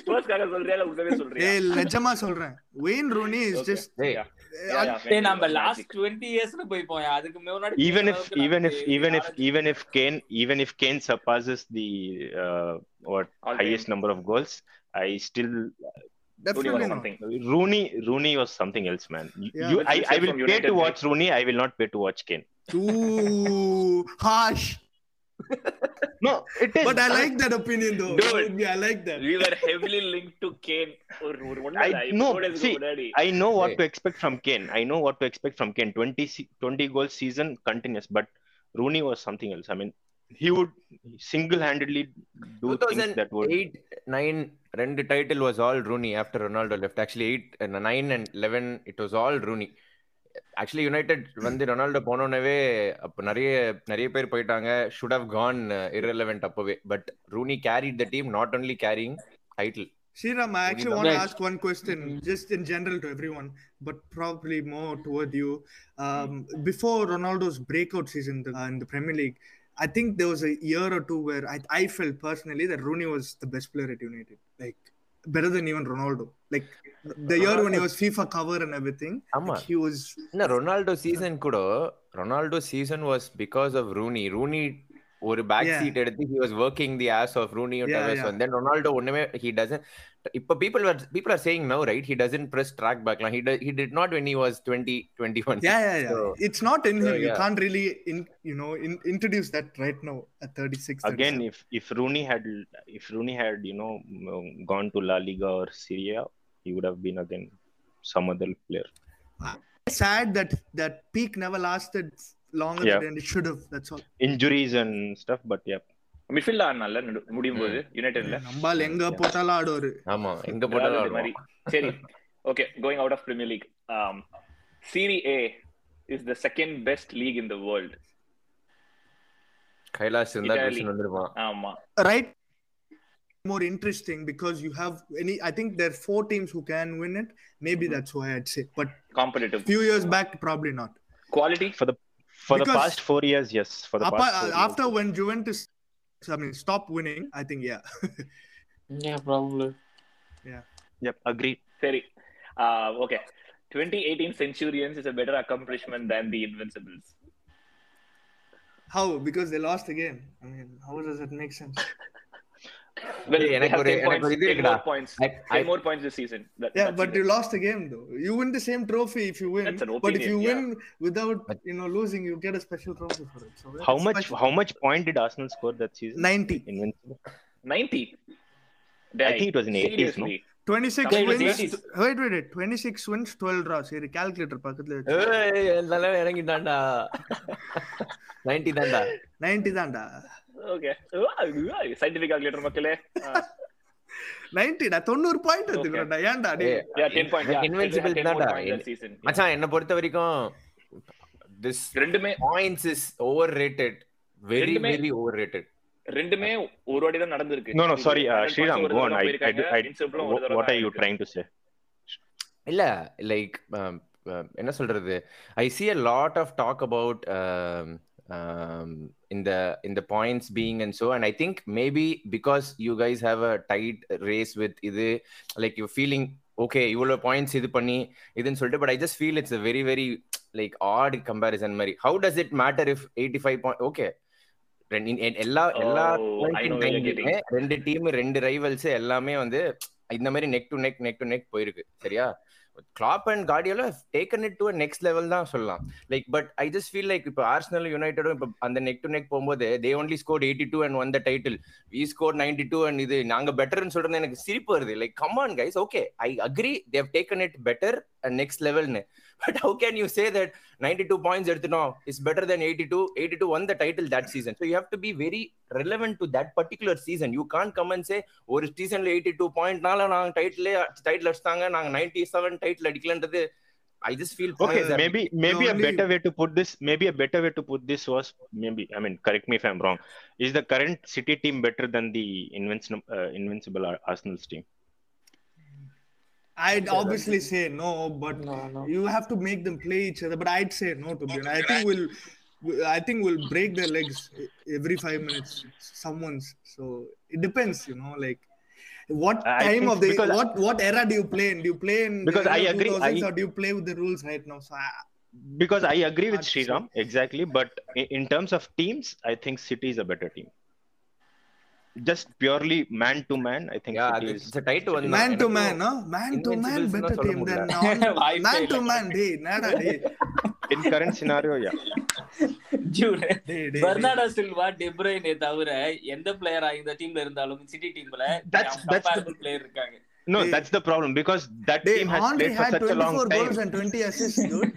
Spurs-க்காக சொல்றியா, இல்ல உண்மையாவே சொல்றியா?
Hey, நிஜமா சொல்றேன். Wayne Rooney is
Okay.
just. uh,
டேய்,
Yeah, yeah,
டேய், நம்ம
Magic.
last 20 yearsனு போய் போயேன். அதுக்கு முன்னாடி
Even if
அளவுக்கு
even if
நமக்கு
even if
knowledge
even if Kane even if Kane surpasses the uh, what
All time.
highest number of goals, I still
Rooney
Definitely
was
not.
something.
Rooney Rooney was something else, man. You-
Yeah.
You,
With
I, I
respect
will
from
pay
United,
to
right?
watch Rooney. I will not pay to watch Kane.
Ooh, harsh.
No, it is.
But I like that opinion though.
Dude.
Yeah, I like that.
We were heavily linked to Kane. ஒரு- ஒரு ஒண்ணுல
I-
இப்ப
no,
கூட இதுக்கு
see,
முன்னாடி.
I know what
Hey.
to expect from Kane. I know what to expect from Kane. 20, se- 20 goal season continuous, but Rooney was something else. I mean, he would single handedly do things that would.
2008 9 ரெண்டு title was all Rooney after Ronaldo left actually eight nine and eleven it was all Rooney actually United வந்து Ronaldo போனோன்னவே அப்போ நிறைய நிறைய பேர் போயிட்டாங்க should have gone uh, irrelevant அப்பவே but Rooney carried the team not only carrying title
Sriram, I actually
Rooney
want to
Right.
ask one question,
Mm-hmm.
just in general to everyone, but probably more toward you. Um,
Mm-hmm.
before Ronaldo's breakout season uh, in the Premier League, I think there was a year or two where I, I felt personally that Rooney was the best player at United, like better than even Ronaldo. Like the year when he was FIFA cover and everything,
ஆமா
like, he was
என்ன Ronaldo season கூட Ronaldo season was because of Rooney Rooney ஒரு back
Yeah.
Seat எடுத்து he was working the ass off Rooney
Yeah, yeah.
Towers then Ronaldo ஒண்ணுமே he doesn't இப்ப people are people are saying now right he doesn't press track பேக்லாம் he he did not when he was 20 21
yeah yeah yeah.
So-
it's not in him.
So,
You
yeah.
can't really in you know in, introduce that right now at 36.
Again,
37.
if, if Rooney had if Rooney had you know m- gone to La Liga or Syria, he would have been again some other player.
sad that that peak never lasted longer
Yeah.
than it should have. That's all.
Injuries and stuff, but yeah,
Midfield ஆடுனான்ல நடு- ¿eh? முடியும் போது Unitedல.
நம்பால் எங்க போட்டாலும் ஆடுவாரு
ஆமா எங்க போட்டாலும்
அதாவது
ஆடுவான்.
மாதிரி. சரி Okay, going out of Premier League. Um, Serie A is the second best league in the world.
Kailash இருந்தா
Italy.
டியூஷன் வந்திருப்பான்
ஆமா
right more interesting because you have any i think there are four teams who can win it maybe
Mm-hmm.
that's why i'd say but
competitive.
few years back probably not
Quality.
for the for the
Because-
past four years, yes. For the
Apa-
past four
after
years.
when juventus i mean stop winning i think yeah (laughs)
Yeah, probably.
yep, agreed.
Sorry. Uh, okay. 2018 Centurions is a better accomplishment than the Invincibles.
how because they lost again i mean how does that make sense
Well,
Hey,
they
எனக்கு
have
ஒரு-
10
எனக்கு
points,
ஒரு இது
10
இருக்குடா.
more points.
I-
10
I-
more points this season. That-
yeah
that's
but
it.
you lost again though you win the same trophy if you win
That's an
but if you
opinion,
win without
But-
you know losing you get a special trophy for it so
How
it's
much
special.
how much point did Arsenal score that season?
90
Invincible.
90.
I think it was in the 80s, no?
Seriously.
26
Come on,
wins.
ladies.
Wait, wait, wait. 26 wins, 12 draws. சரி calculator பக்கத்துல வச்சு
ஏய், என் தலை இறங்கிட்டான்டா 90 தான்டா
90 தான்டா
Okay. Scientific calculator மக்களே. Uh,
90 டா 90 point எடுத்துக்கிறடா ஏன்டா டேய்
ஏய்,
yeah, 10 points. Yeah.
Uh, Invincible
10 more
தான்டா.
points that season.
மச்சான் என்ன பொறுத்த வரைக்கும் திஸ்
ரெண்டுமே
points is overrated very
ரெண்டுமே-
வெரி ஓவர் ரேட்டட்
ரெண்டுமே ஒரு வாட்டி தான் நடந்திருக்கு
No, no, sorry, uh,
100
Sriram,
points ஒரு
go
தடவை
on. I, I,
போயிருக்காங்க.
I,
Invincible ஒரு
what,
தடவை
what
தான்
are you
இருக்கு.
trying to say?
இல்ல லைக் என்ன சொல்றது I see a lot of talk about um, இந்த இந்த points being and so and I think maybe because you guys have a tight race with இது like you feeling okay இவ்வளோ points இது பண்ணி இதுன்னு சொல்லிட்டு but I just feel it's very very like odd comparison மாதிரி how does it matter if eighty five point okay எல்லா எல்லா
Oh, I
point in
know where
time
you're getting.
லயுமே ரெண்டு டீம் ரெண்டு ரைவல்ஸ் எல்லாமே வந்து இந்த மாதிரி neck to neck neck to neck போயிருக்கு சரியா Klopp and Guardiola taken it to next level தான் சொல்லலாம் like but I just feel like இப்போ ஆர்ஸ்னல் யுனைடடும் இப்போ அந்த நெக் டு நெக் போகும்போது they only score eighty two and won the title we score ninety two and இது நாங்க பெட்டர்னு சொல்றது எனக்கு சிரிப்பு வருது like come on guys okay I agree they've taken it better and next (laughs) லெவல்னு but how can you say that ninety two points எடுத்துட்டோம் is better then eighty two eighty two won the title that season so you have to be very relevant to that particular season you Khan come and say ஒரு சீசன்ல eighty two பாயிண்ட்னால நாங்க title title அடிச்சாங்க நாங்க ninety seven title அடிக்கலன்றது I just feel
Okay, Uh, maybe maybe a
only-
better way to put this, maybe a better way to put this was maybe I mean, correct me if I'm wrong. Is the current City team better than the invincible uh, invincible Ar- Arsenal's team?
I'd obviously say no, but
No, no.
you have to make them play each other. But I'd say no to be honest. I think we'll, we- I think we'll break their legs e, every five minutes. Someone's so it depends, you know, like what
I
time
think
of the
because-
what what era do you play in? Do you play in the
Because
early
I agree,
2000s
I-
or do you play with the rules right now? So I,
Because I agree with
Hard to say.
Sriram exactly, but in, in terms of teams, I think City is a better team. Just purely man to man, I think City is.
It's tight வந்து
man to man, huh? Man to man,
Invincibles
better
னா சொல்ல
team than
(laughs)
முடியல.
non- man to man. Hey, nada, hey,
In current scenario, yeah.
Dude,
hey, hey.
Bernardo Silva De Bruyne தவிர எந்த பிளேயரா இந்த டீம்ல இருந்தாலும் சிட்டி டீம்ல
That's- that's the-
பிளேயர் இருக்காங்க
No,
Hey.
that's the problem because that
Hey,
team has
Henry
played for
had
such a
24
long
goals
time.
and 20 assists, dude.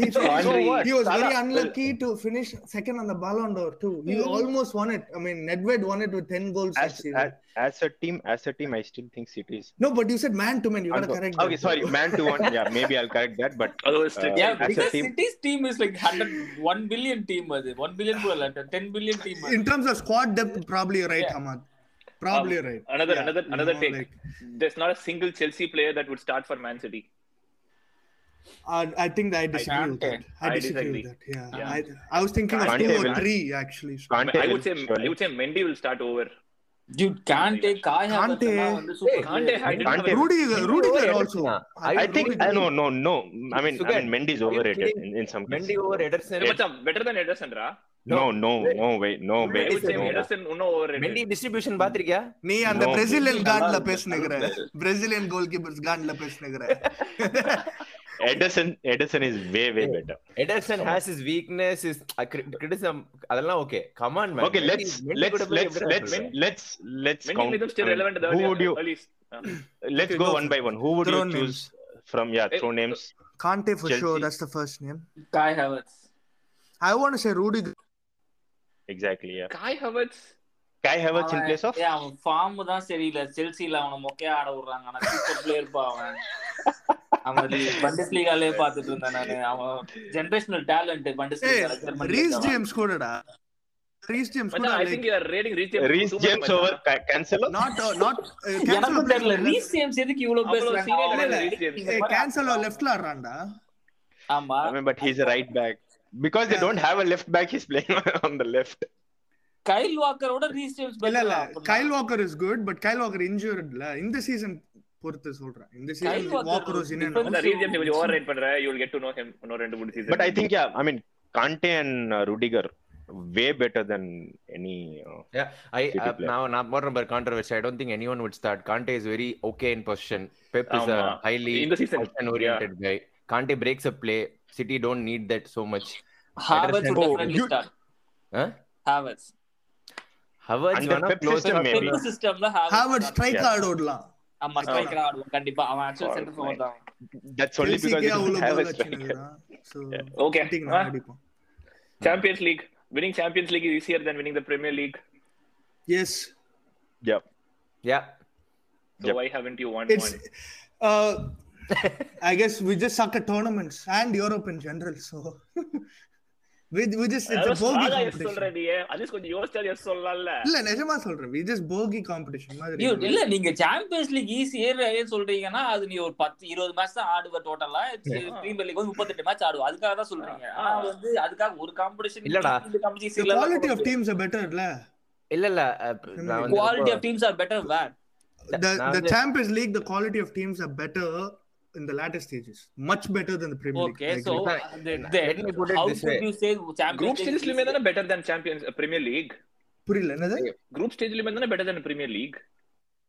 He,
Henry-
he was very
Salah-
unlucky to finish second on the Ballon d'Or too. He almost won it. I mean, Nedved won it with 10 goals. that
As,
season.
as, as a team, as a team, I still think City is.
no, but you said man to man. You gotta
unco-
correct.
okay,
that.
sorry, man to one. Yeah, maybe I'll correct that, but
அது ஒரு
uh,
strategy.
Yeah,
as a
because
team,
City's team is like 100, 1 billion team அது 1 billion கூட இல்ல 10 billion team அது.
In terms of squad depth, probably you're right, Hamad. Probably you're right.
Um, Another
Yeah,
another
you
another
know,
take.
like-
There's not a single Chelsea player that would start for Man City.
Uh, I think I disagree with that.
Kante.
I,
I
disagree with
disagree.
that. Yeah,
Yeah.
I, I was thinking of
Kante
two or
will-
three actually. So.
Kante
I
will
would say
surely-
I would say Mendy will start over.
Dude, Kante, Kai Havertz
Kante.
எல்லாம் வந்து super
Hey,
Kante
player.
had it.
Kante-
Rudiger, Rudiger also.
I think I no no no. I mean, I mean,
Sugar,
Mendy is
are you
overrated
kidding?
in, in some cases.
Mendy over Ederson
Hey, மச்சான், better than Ederson, ரா.
No, no, no way, no
I
way.
would say
No. way.
Ederson இன்னும் overrated.
Mendy distribution பாத்திருக்கியா
நீ அந்த
No.
Brazilian கார்ட்ல பேசுனேங்கிற
(laughs)
நல்லா இருக்கு.
Brazilian goalkeepers கார்ட்ல பேசுனேங்கிற
Ederson, Ederson is way way better.
Ederson has is weakness is criticism uh, அதெல்லாம் okay come on
Okay, let's let's let's let's let's let's
Mendy
count.
made them still relevant at the
Who
early-
would you?
early- Uh,
Let's
Okay,
go
go
one
for
by one. Who would you
Throw
choose from? Yeah,
Eh,
throw names.
Kante for
Chelsea.
Sure that's the first name
Kai Havertz.
I want to say Rudiger
Exactly. Yeah.
Kai Havertz
Kai Havertz in
அவன்-
place of
ஏய், அவன் form தான் சரியில்லை. செல்சில அவனை மொக்கையா ஆட விடுறாங்க. ஆனா super player பா அவன். அவன் லீ- பண்டஸ்லீகாலயே பார்த்துட்டு இருந்தேன் நானு. அவன் generational talent
ஏய்,
பண்டஸ்லீகால ஜெர்மனி
ரீஸ்
அவன்.
ஜேம்ஸ் கூடடா ரீஸ் ஜேம்ஸ் கூட
மச்சான், I think you are rating Reece James
Reece
too much,
James
மச்சான்.
over Ca- Cancelo?
Not not
எனக்கும் தெரியல ரீஸ் ஜேம்ஸ் எதுக்கு இவ்வளவு
அவ்வளவு
பேசுறாங்க?
serious
அவன்
இல்ல,
அவன்
ரீஸ் ஜேம்ஸ்.
அவன்
கேன்சலோ லெஃப்ட்ல ஆடுறான்டா
ஆமா
Uh,
I mean, but he's a right back. Because they
Yeah.
don't have a left back, he's playing (laughs) on the left.
Kyle வாக்கரோட ரீஸ் ஜேம்ஸ்
இல்ல
better
இல்ல
அப்படின்னா.
Kyle Walker is good but Kyle Walker இன்ஜூர்ட்ல இந்த season பொறுத்து சொல்றேன் இந்த season
Walker
Walker
was
was
different.
இன்
அந்த Reece James கொஞ்சம் overrate பண்ற. uh, You will get to know him இன்னும் ரெண்டு மூணு season.
But I think, yeah, I mean, Kante and uh, Rudiger, way better than any. Uh,
I
City
uh,
player.
now now more number controversy. I don't think anyone would start. Kante is very okay in position. Pep is a
ஆமா.
highly
இந்த season.
oriented guy. Kante breaks a play. City don't need that so much.
Havertz would
Oh,
definitely
you-
start.
Huh?
Havertz.
Havertz
Under
one of
Pep
close
system, maybe.
Pep system ல Havertz
Howard
start.
Strike
Yeah.
ஆட விடலாம்
ஆமா, striker ஆ ஆடுவான் கண்டிப்பா. அவன் actual
Forward
center forward
line.
தான் அவன்.
that's only because
பேசிக்கே
they don't
அவ்வளவு
have a
ball
striker.
வச்சுனுக்குறான். So,
Okay.
hitting
ஆ.
நான் அடிப்போம்
Champions League. Winning Champions League is easier than winning the Premier League.
Yes
Yeah.
Yeah.
So
Yep.
why haven't you won
it's
one?
uh, I guess we just suck at tournaments and europe in general so (laughs) we we just it's a
அதாவது சாதா
bogey
yes சொல்ற
competition
நீ. At least கொஞ்சம் யோசிச்சா yes சொல்லலாம்ல.
இல்ல நிஜமா சொல்றேன் we just bogey competition மாதிரி
Dude, இல்ல நீங்க சாம்பியன்ஸ் லீக் ஈஸியர் சொல்றீங்கன்னா அது நீ ஒரு பத்து இருபது மேட்ச் தான் ஆடுவ டோட்டலா பிரீமியர் லீக் வந்து முப்பத்தெட்டு மேட்ச் ஆடுவ அதுக்காக தான் சொல்றீங்க ஆனா வந்து அதுக்காக ஒரு காம்படிஷன்
இல்லடா.
the quality of teams are better இல்ல
இல்ல இல்ல அஹ், நான் வந்து
குவாலிட்டி
ரொம்ப-
of teams are better where
the
நான்
the
வந்து-
champions league the quality of teams are better in the latter stages much better than the premier league
okay
I
so
agree.
Let me put it
how
this way.
Do you say
Group
Champions
stages லயுமே தானே better than Champions uh, Premier League.
புரியல என்னது
Group stage லயுமே தானே better than Premier League.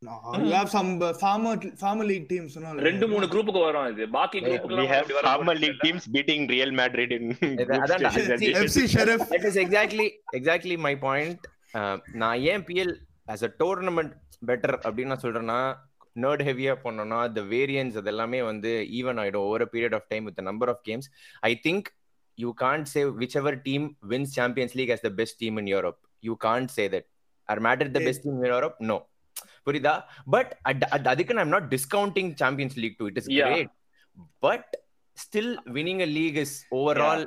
No, you have some uh, farmer farmer league teams சொன்னால
ரெண்டு மூணு குரூப்புக்கு வரும் இது. பாக்கி
We have
குரூப்புக்கு
farmer league teams beating Real Madrid in group
அதான்டா.
stages and
See,
FC Sheriff
that is exactly exactly my point Uh, நான் ஏன் PL as a tournament better அப்படின்னு நான் சொல்றேன்னா நர்ட் ஹெவியா பண்ணோம்னா த வேரியன்ஸ் அது எல்லாமே வந்து ஈவன் ஆயிடும் over period of time with number of games I think you can't say whichever team wins Champions League as the best team in Europe you can't say that or matter the
Yeah.
Best team in Europe no புரியுதா but அதுக்கு நான் not discounting Champions League to it is
Yeah.
Great but still winning a league is overall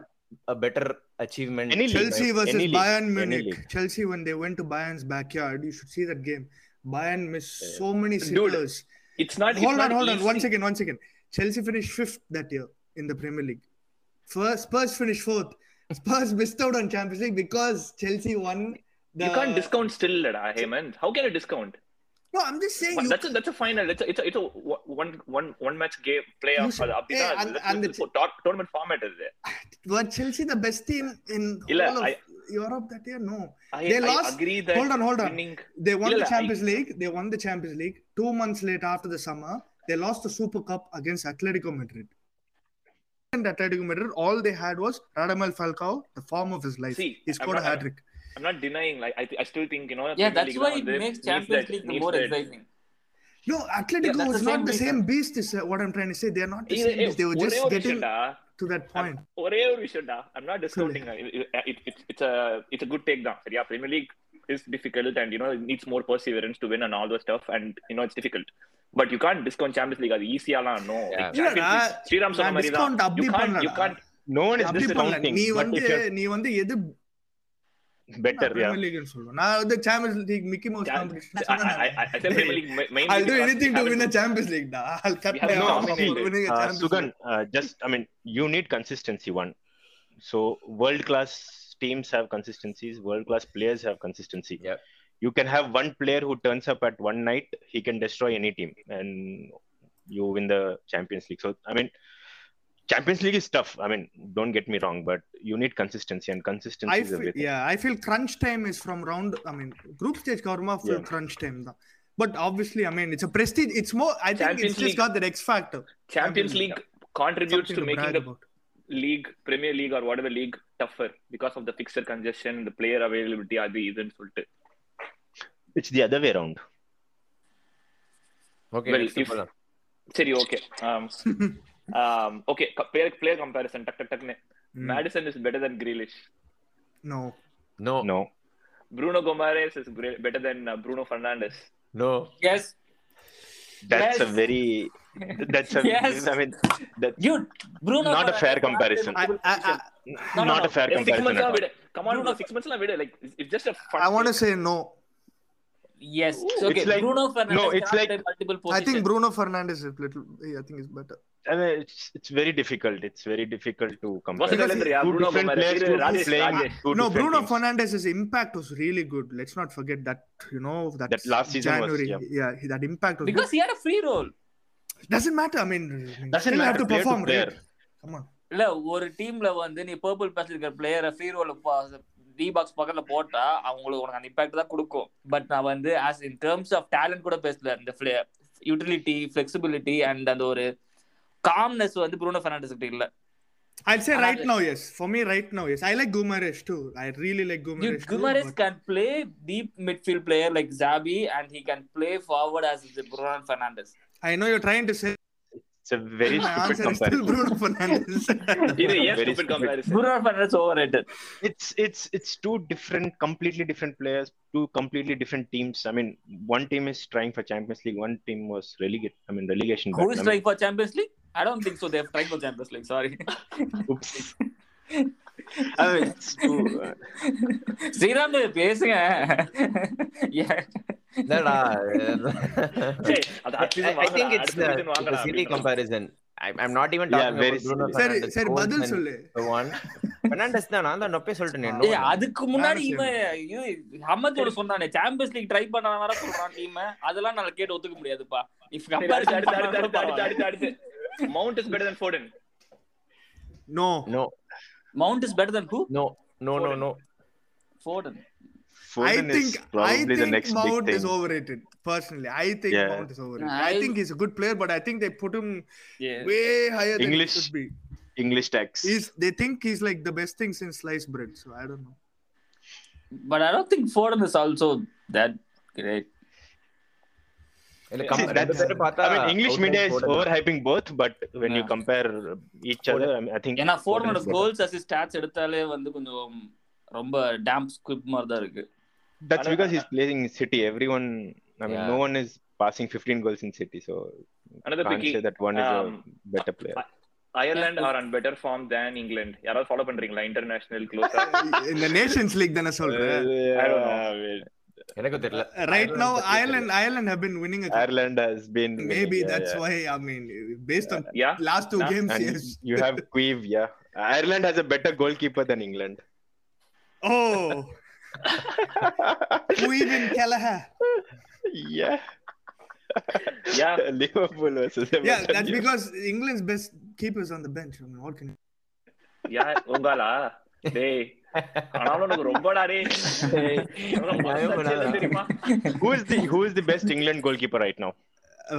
a better achievement
Any league.
Chelsea versus
Any league.
Bayern
Any
Munich.
league.
Chelsea when they went to Bayern's backyard, you should see that game. Bayern missed
Yeah.
so many
Dude,
sitters.
It's not
hold on, hold on. One second, one second. Chelsea finished fifth that year in the Premier League. First, Spurs finished fourth. Spurs missed out on Champions League because Chelsea won. The...
You can't discount still, Lada, Heyman. How can you discount?
No, I'm just saying.
But
You...
that's a, that's a final. It's a, it's a, it's a one one one match game playoff.
You should-
அப்படிதான்
Hey,
அது.
and-
That's-
and
that's
it's-
what tor- tournament format is. it.
Were Chelsea the best team in
இல்ல,
all of
I-
Europe that year? No.
I,
They
I
lost-
agree that
hold on, hold on.
winning-
They won
இல்ல,
the
இல்ல,
Champions League. They won the Champions League. Two months later, after the summer, they lost the Super Cup against Atletico Madrid. And Atletico Madrid, all they had was Radamel Falcao, the form of his life.
See,
he scored
I'm
a
not-
hat trick.
I'm not denying. Like I, th- I still think you know.
Yeah
Premier
that's
League
why
தான்
it
வந்து
makes
needs
Champions
that-
League
needs
more
that.
Exciting
No, Atletico
that's the
was
same
not the
reason.
same beast. Is uh, what I'm trying to say. They are not the
இது-
same beast. They were
ஒரே
just
ஒரு
getting
விஷயம்டா.
to that point.
ஒரே ஒரு விஷயம்டா I'm not discounting it's it's good take தான் சரியா Premier League is difficult and you know needs more perseverance to win and all those stuff and you know it's difficult but you can discount Champions League அது ஈஸியாலாம் no
Yeah.
இல்லடா,
ஸ்ரீராம் சொன்ன
நான்
மாதிரி
discount
தான்
அப்படி
யூ கான் யூ
பண்ணலடா.
Can
No one is
அப்படி பண்ணல.
discounting.
நீ
But
வந்து
if you're
நீ வந்து எது
better, yeah.
பிரீமியர் லீக்னு சொல்லுவோம் நான் வந்து Champions League Mickey Mouse competition I'll do anything to win a Champions League. Da. I'll cut
We
my
haven't
arm off
dominated.
for winning a
Uh,
Champions
Sugan,
League.
uh, just I mean, you need consistency. One, so world class teams have consistencies. World class players have consistency.
Yep.
You can have one player who turns up at one night. He can destroy any team, and you win the Champions League. So I mean, Champions League is tough. I mean, don't get me wrong, but you need consistency, and consistency
I
is
feel,
everything.
yeah, I feel crunch time is from round. I mean, group stage karma for
Yeah.
crunch time. Da. But obviously, I mean, it's a prestige. It's more. I think
Champions
it's just
League.
got that X factor.
Champions League contributes
Something
to
to
making
brag
the
about.
league premier league or whatever league tougher because of the fixture congestion the player availability அது இதுன்னு சொல்லிட்டு
It's the other way around.
Okay,
Well,
next
if-
போலாம்.
சரி Um, okay
(laughs)
okay player player
Mm.
Comparison டக் டக் டக்னு Maddison is better than Grealish
Oh.
No,
No,
No,
Bruno Gomares is great, better than uh, Bruno Fernandes.
No.
Yes.
That's a
Yes.
very that's a
(laughs) Yes.
I mean that's
You Bruno
Not a
Fernandes,
fair comparison.
I, I, I,
No, no,
not
no.
a fair
Six
comparison.
months
at all.
விடு come on bro six months la விடு like it's- it's just a fun
I want to
thing.
say no.
Yes.
Ooh.
It's okay.
It's like-
Bruno Fernandes
no, it's
can
like-
play multiple
I
positions.
think Bruno Fernandez is little. I think is better.
I mean, it's it's very difficult. It's very difficult to compare.
Vasanth இல்லையா?
Two
Bruno
different
Gomez,
players
இரு,
who are
Rajesh,
playing
Rajesh.
two
no,
different
Bruno
teams.
Fernandez's impact was really good. Let's not forget that. You know that,
That last season was-
January.
yeah.
yeah. he- that impact was
because he had a free role.
good. doesn't matter. I mean, you
Doesn't
still
matter.
have to
player
perform.
to player.
Right? Come on.
இல்ல ஒரு டீம்ல வந்து நீ purple பேஸ்ல இருக்கிற பிளேயரை free role D box பக்கத்துல போட்டா அவங்களுக்கு உனக்கு அந்த இம்பாக்ட் தான் கொடுக்கும் பட் நான் வந்து as in terms of talent கூட பேசல இந்த யூட்டிலிட்டி ஃபிளெக்சிபிலிட்டி அண்ட் அந்த ஒரு காம்னஸ் வந்து ப்ரூனோ ஃபெர்னாண்டஸ் கிட்ட இல்ல
I'll say right
Another-
now, yes. For me, right now, yes. I like Gumaresh too. I really like Gumaresh.
Dude, Gumares
too, but-
can play deep midfield player like Zabi, and he can play forward as the Bruno Fernandes.
I know you're trying to say
It's a very
my
stupid
answer is still
comparison.
Bruno Fernandez. (laughs)
இது ஏன்
Very
stupid
stupid.
comparison
Bruno Fernandes overrated.
(laughs) It's it's it's two different, completely different players, two completely different teams. I mean, one team is trying for Champions League, one team was relegate. I mean, relegation.
Who
battle.
is
I mean,
trying for Champions League? I don't think so. They have tried for Champions League. Sorry.
oops. (laughs) I mean, it's too, uh,
Sriram பேசுங்க (laughs) Yeah.
(laughs)
இல்லடா.
Hey, அது அடுத்த season
I I think
வாங்கடா, அடுத்த
it's the,
season
it's
வாங்கடா
a silly
அப்படின்ற.
comparison. I'm, I'm not even
Yeah,
talking
very
about Bruno
silly.
சரி
Fernandes.
சரி
goals
பதில்
and
சொல்லு
so
(laughs)
on. Fernandes தான், நான் தான் நொப்பே சொல்லிட்டேனே, no
ஏய்,
one.
அதுக்கு முன்னாடி இவன் இது ஹமத் ஒரு சொன்னானே சாம்பியன்ஸ் லீக் ட்ரை பண்ண வர சொல்றான் டீம் அதெல்லாம் நான் கேட்டு ஒத்துக்க முடியாதுப்பா இஃப்
சரி, அடுத்து, அடுத்து, அடுத்து, அடுத்து, அடுத்து, அடுத்து, அடுத்து. Mount is better than Foden.
No
No,
Mount is better than who
no, no, no, no.
Foden
I
Foden is
think I
probably the
think
next big
Mount
thing.
Is overrated personally I think
Yeah.
Mount is overrated I
I-
think is a good player but i think they put him
Yeah.
way higher than
English-
he should be
English tax.
he's they think he's like the best thing since sliced bread so i don't know
But I don't think Foden is also that great.
இல்ல,
See,
கம்ப- ரெண்டு
that's-
பேரும் பார்த்தா
I mean, English
outside
media is
Foden.
overhyping both, but when you
Yeah.
compare each other, I, mean, I think
ஏன்னா ஃபோர்டனோட
Foden is
goals assist stats எடுத்தாலே வந்து கொஞ்சம் ரொம்ப டேம்ப் ஸ்குவிப் மாதிரி தான் இருக்கு
better. that's because he's playing in City. Everyone, I mean,
Yeah.
no one is passing 15 goals in City, so
Another
can't
picky.
say that one is
Um,
a better player.
Ireland are on better form than England. யாராவது follow பண்றீங்களா international close ah?
in the nations league தான சொல்றேன்
I don't know.
எனக்கும் தெரியல
right now
பத்தி
ireland ireland have been winning a cup.
Ireland has been
maybe
yeah,
that's
yeah.
why i mean based on
Yeah?
last two
Yeah.
games
And
yes
you
(laughs)
have Queeve, yeah. Ireland has a better goalkeeper than England.
oh
(laughs)
who even kelleher
yeah.
Yeah.
(laughs) Liverpool versus Everton.
yeah that's because england's best keepers on the bench i mean what can
Yeah, உங்களா? டேய், ஆனாலும் உனக்கு ரொம்படா டேய். உனக்கு மனசு அடிச்சது தெரியுமா?
who is the who is the best England goalkeeper right now?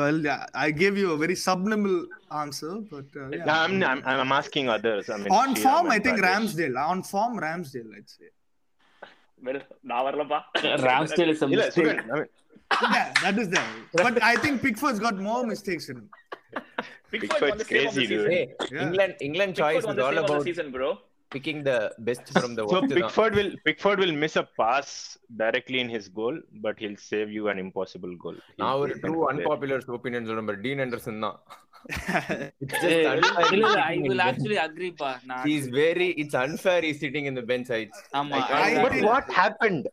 well yeah, i gave you a very subliminal answer but uh, yeah.
No, I'm, I'm I'm asking others. I mean,
on
Sriram
form
and
i think
Rajesh.
ramsdale on form ramsdale i'd say
Well, நான் வரலப்பா.
Ramsdale is
இல்ல சுகன், I mean,
yeah that is there but i think pickford's got more mistakes in him
Pickford won the
Pickford's
save of the
crazy, dude.
season.
Hey,
Yeah.
England England choice
Pickford won the
is all
save of the
about
season, bro.
picking the best from the
so
worst. தான்.
Pickford will Pickford will miss a pass directly in his goal, but he'll save you an impossible goal. He's
நான் ஒரு
that kind
true
of player.
Unpopular opinion சொல்ல மாதிரி Dean Anderson தான் It's just unfair
இல்ல
he's
I
sitting in
will
bench.
Actually அக்ரிப்பா நான்
He's very it's unfair he's sitting in the bench sides.
ஆமா
I-
I-
But
think-
what happened?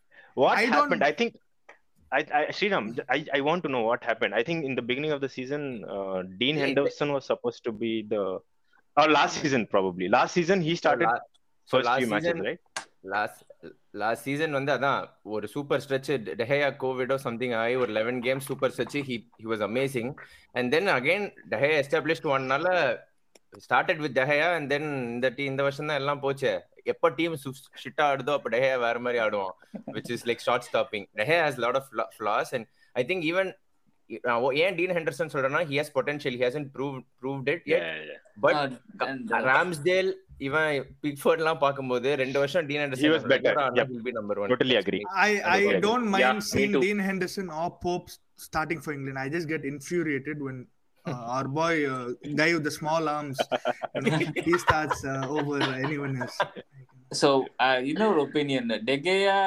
What
I don't-
happened? I think. I, I Sriram, I, I want to know what happened. I think in the beginning of the season, uh, Dean
Yeah,
Henderson was supposed to be the, or last season probably. Last season he started
La- so
first
last
few matches,
season-
right?
last last season வந்து அதான் ஒரு super stretch De Gea கோவிடோ something ஆகி ஒரு eleven game super stretch he he was amazing and then again De Gea established ஒன்னால started with De Gea and then இந்த டீ இந்த வருஷம் தான் எல்லாம் போச்சு எப்ப டீம் ஷிட்டா ஆடுதோ அப்ப டெஹயா வேற மாதிரி ஆடுவான் which is like shot stopping De Gea has lot of flaws and I think even ஏன் டீன் ஹெண்டர்சன் சொல்றேன்னா he has potential he hasn't prove proved it but
Uh, and, uh,
Ramsdale இவன் பிக்ஃபோர்ட் எல்லாம் பாக்கும்போது ரெண்டு வருஷம் Dean
He was better. Yep.
Number one
Totally agree.
i i
Okay.
don't mind
Yeah, me
seeing
too.
dean henderson or pope starting for england i just get infuriated when
(laughs)
uh, our boy uh, guy with the small arms you know, he starts uh, over anyone else
so uh, in our opinion, De Gea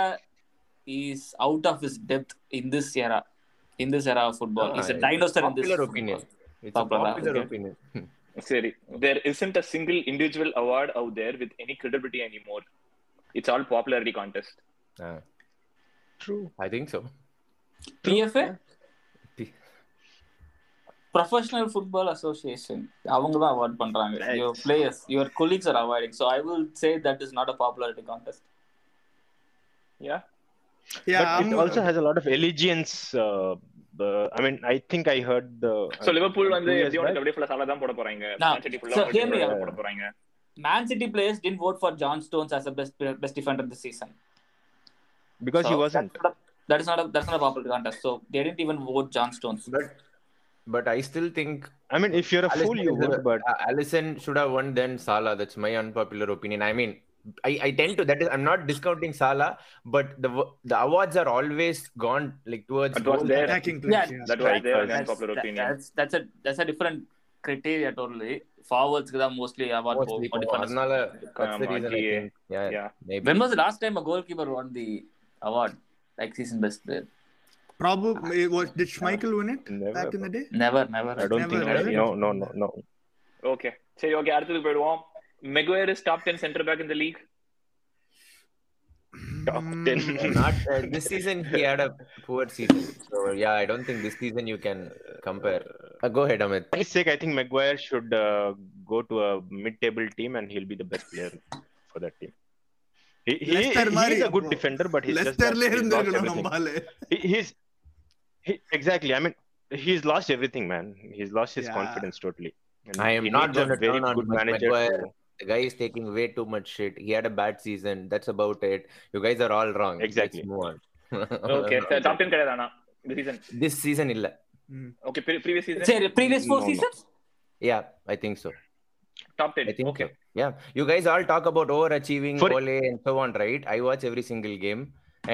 is out of his depth in this era, in this era of football. He's a
Ah,
dinosaur in this.
popular opinion. It's a
Popular,
popular
okay.
opinion.
சரி there isn't a single individual award out there with any credibility anymore it's all popularity contest
Ah,
True.
I think so.
PFA,
P-
Professional Football Association. அவங்க தான் award பண்றாங்க.
Nice.
Your players, your colleagues are awarding. So I will say that is not a popularity contest.
Yeah
Yeah, um,
but it
I'm-
also has a lot of allegiance. Uh, the- I mean, I think I heard the.
So Liverpool வந்து
two years
எப்படி
back.
வந்து அப்படியே ஃபுல்லா சாலா தான் போட போறாங்க
Now,
Man City full ஆ
so
அப்படியே
hear me
full ஆ
out.
போட போறாங்க
Man City players didn't vote for John Stones as the best best defender this season.
because he
So
wasn't.
That's not a, that is not a that's not a popular contest. So they didn't even vote John Stones.
But but I still think
I mean, if you're a fool, you would. But
uh, Allison should have won then Salah. That's my unpopular opinion. I mean, I, I tend to that is I'm not discounting Salah, but the wo- the awards are always gone like towards
It was
goals.
there.
attacking players.
Yeah.
Yeah.
That was there
Strikers.
Again popular opinion
that's that's a that's a different criteria totally. Forwards தான் mostly award
Mostly
போகும்.
goals.
defenders.
அதனால that's the
ஆமா,
reason I
GA.
think. Yeah,
Yeah.
maybe.
When was the last time a goalkeeper won the award? Like season best player?
Probably it was did Schmeichel win it back in the day?
Never, never.
I don't
Never
think.
heard
No,
it.
no, no, no.
Okay சரி okay அடுத்து போய்டுவோம் Maguire is top 10 centre back இந்த league
Top ten.
Mm,
Not uh, this season he had a poor season. So yeah, I don't think this season you can compare. Uh, go ahead, Amit.
For his sake, I think Maguire should uh, go to a mid-table team, and he'll be the best player for that team. He, he,
Leicester
he
மாதிரி
is a good
இப்போ.
defender, but he's just
லெஸ்டர்ல
lost- he's lost
இருந்திருக்கணும்
everything.
நம்மால
He- he's he, exactly. I mean, he's lost everything, man. He's lost his
Yeah.
confidence totally. And
I am
he
not
needs a
gonna
very
turn on
good
Mike
manager.
Maguire.
to-
The guy is taking way too much shit. He had a bad season. That's about it. You guys are all wrong.
Exactly.
Let's move on. (laughs)
Okay top 10 கிடையாது ஆனா இந்த season
This season இல்ல.
ம்.
Okay previous season
சரி previous four
No, no.
seasons
Yeah, I think so.
Top
I
10
think
okay
so. Yeah. You guys all talk about overachieving,
For-
Ole, and so on, right? I watch every single game,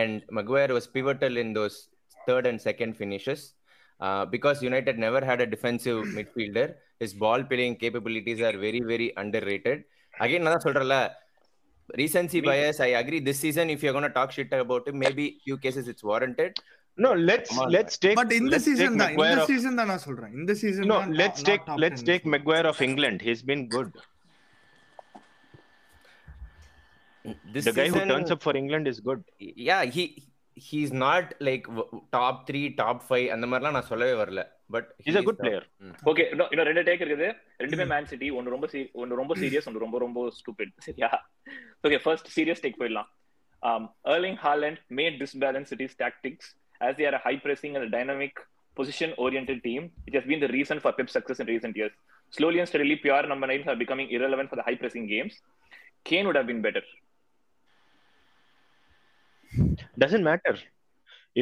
and Maguire was pivotal in those third and second finishes. Uh, because United never had a
(clears throat)
defensive midfielder, his ball playing capabilities are very, very underrated. Again, நான் தான் சொல்றேன்ல, recency
Me-
bias, I agree. This season, if you're going to talk shit about him, maybe few cases it's warranted.
No, let's
Come on,
let's take.
But இந்த
let's take
season தான்
Maguire
இந்த
of-
season தான் நான் சொல்றேன் இந்த season
No, let's take let's take Maguire of England. He's been good.
This
the guy
season,
who turns up for England is good.
yeah he he's not like w- top three top five அந்த மாதிரிலாம் நான் சொல்லவே வரல but
He's a good player.
Okay இன்னும் ரெண்டு take இருக்குது ரெண்டுமே man city ஒன்னு ரொம்ப சீ- ஒன்னு ரொம்ப சீரியஸ் ஒன்னு ரொம்ப ரொம்ப ஸ்டூபிட் சரியா ஓகே ஃபர்ஸ்ட் சீரியஸ் டேக் போயிடலாம் um, Erling Haaland made disbalance City's tactics as they are a high pressing and a dynamic position oriented team. It has been the reason for Pep's success in recent years. Slowly and steadily, PR number nines are becoming irrelevant for the high pressing games. Kane would have been better.
Doesn't matter.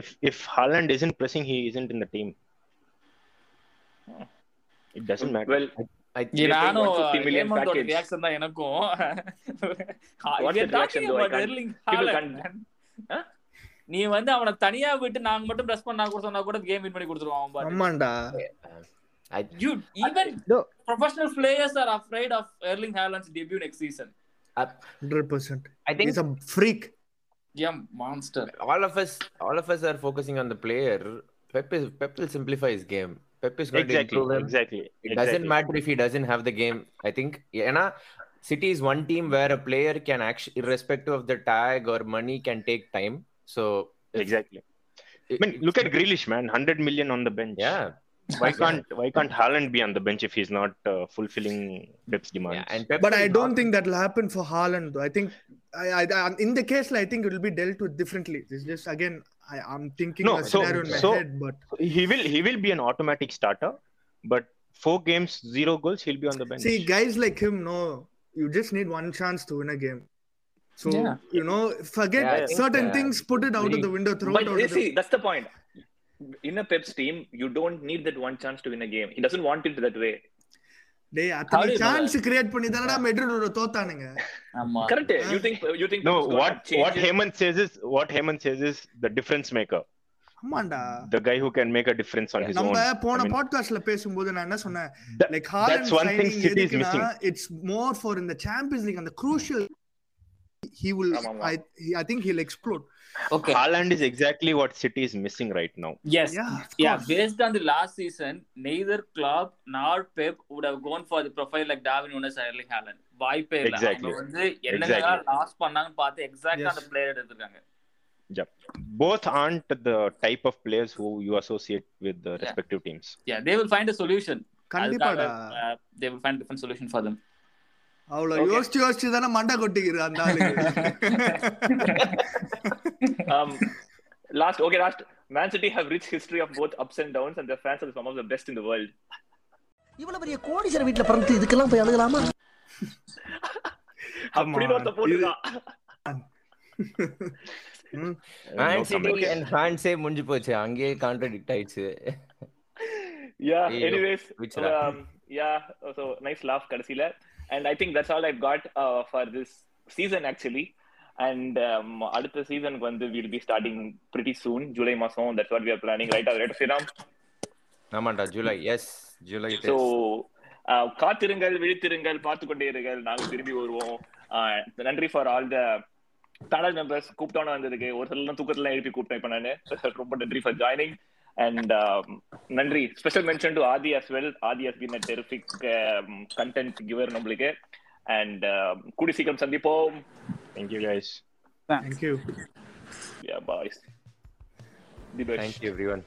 If if Haaland isn't pressing, he isn't in the team. It doesn't matter.
Well,
I
Yeah,
Yeah,
நானும்
150 million
ஹேமந்தோட
package.
reaction தான் எனக்கும்
the
We are
reaction
talking
though? I
about
can't-
Erling
people
Haaland,
can't-
man. Huh? நீ வந்து அவனை தனியா விட்டு நாங்க மட்டும் பிரஸ் பண்ணா கூட சொன்னா கூட கேம் வின் பண்ணி கொடுத்துருவான் அவன் பாரு.
ஆமாண்டா
You even
No.
professional players are afraid of Erling Haaland's debut next season.
100%
I think
he's a freak
Yeah, monster.
all of us all of us are focusing on the player Pep is Pep will simplify his game Pep is going to
exactly,
improve him
exactly.
it doesn't matter if he doesn't have the game i think ஏன்னா city is one team where a player can actually irrespective of the tag or money can take time so if-
Exactly. I mean, look at Grealish, man. Hundred million on the bench.
yeah
Why can't Why can't Haaland be on the bench if he's not uh, fulfilling Pep's demands?
yeah and Pep
but
is
I
not-
don't think that will happen for Haaland. Though. I think I, I, I- in the case, like, I think it will be dealt with differently. It's just again, I, I'm thinking
No,
a
so-
scenario in my
so-
head, but
he will he will be an automatic starter, but four games, zero goals, he'll be on the bench.
see, guys like him, no, you just need one chance to win a game. So
Yeah.
you know, forget
Yeah, I think,
certain
uh,
things, put it out of
we-
the window, throw
But
it out
you
of the
see, that's the point. In a Pep's team, you don't need that one chance to win a game. He doesn't want it that way.
day.
How do
அத்தனை
you know
chance create பண்ணி தானடா மெட்ரிடோட தோத்தானுங்க.
ஆமா.
Correct?
Ah.
You think? You think?
No,
Pep's gonna
what
change
what
it?
Heyman says is what Heyman says is the difference maker,
ஆமாண்டா.
the guy who can make a difference on his own.
நம்ம போன
I mean,
பாட்காஸ்ட்ல பேசும்போது நான் என்ன சொன்னேன்
that-
like
that's one thing City is missing.
It's more for இந்த Champions League அந்த க்ரூஷியல் he will.
ஆமா, ஆமா.
I he, I think he'll explode.
Okay.
Haaland is exactly what City is missing right now.
Yes.
Yeah, of
Yeah,
course.
based on the last season, neither Klopp nor Pep would have gone for the profile like Darwin Nunes or Erling Haaland. வாய்ப்பே இல்ல
Exactly.
அவங்க வந்து என்னென்ன
Exactly.
Loss பண்ணாங்கன்னு பார்த்து எக்ஸாக்டா
Yes.
அந்த player எடுத்திருக்காங்க
Both aren't the type of players who you associate with the respective teams.
yeah they will find a solution
கண்டிப்பாடா
அதுக்காக, uh, they will find a different solution for them
அவ்வளவு
Okay.
யோசிச்சு யோசிச்சு தானே மண்டை கொட்டிக்கிறான் அந்த ஆளு
Um, last, okay, last. Man City have rich history of both ups and downs, and their fans are some of the best in the world.
இவ்வளவு பெரிய கோடீஸ்வர வீட்டுல பிறந்து இதுக்கெல்லாம் போய்
(laughs)
அழுகலாமா
Come
அப்படி
on.
ஒருத்த போட்டுருக்கான்.
ம்,
Uh,
Man
no
City
comments.
and fans ஏ முடிஞ்சு போச்சு அங்கேயே கான்ட்ரடிக்ட் ஆயிடுச்சு
Yeah,
ஐயோ,
anyways,
விசிறா.
um, yeah, so nice laugh, கடைசியில. And I think that's all I've got uh, for this season, actually. And um, அடுத்த சீசனுக்கு வந்து we'll be starting pretty soon, July மாசம். That's what we are planning, right? Right, Sriram?
ஆமாண்டா July yes July
so uh, காத்திருங்கள் விழித்திருங்கள் பார்த்து கொண்டே இருங்கள் நாங்கள் திரும்பி வருவோம் ஆஹ் நன்றி for all the panel members கூப்பிட்டோன்னு வந்ததுக்கு ஒரு சிலர்லாம் தூக்கத்துல எழுப்பி கூப்பிட்டேன் இப்போ நான் (laughs) ரொம்ப நன்றி ஃபார் ஜாயினிங் அண்ட் um, நன்றி special mention to Aadhi as well Aadhi has been terrific content giver um, நம்மளுக்கு அண்ட் கூடி சீக்கிரம் சந்திப்போம்
Thank you guys.
thank you
boys the best
thank you every one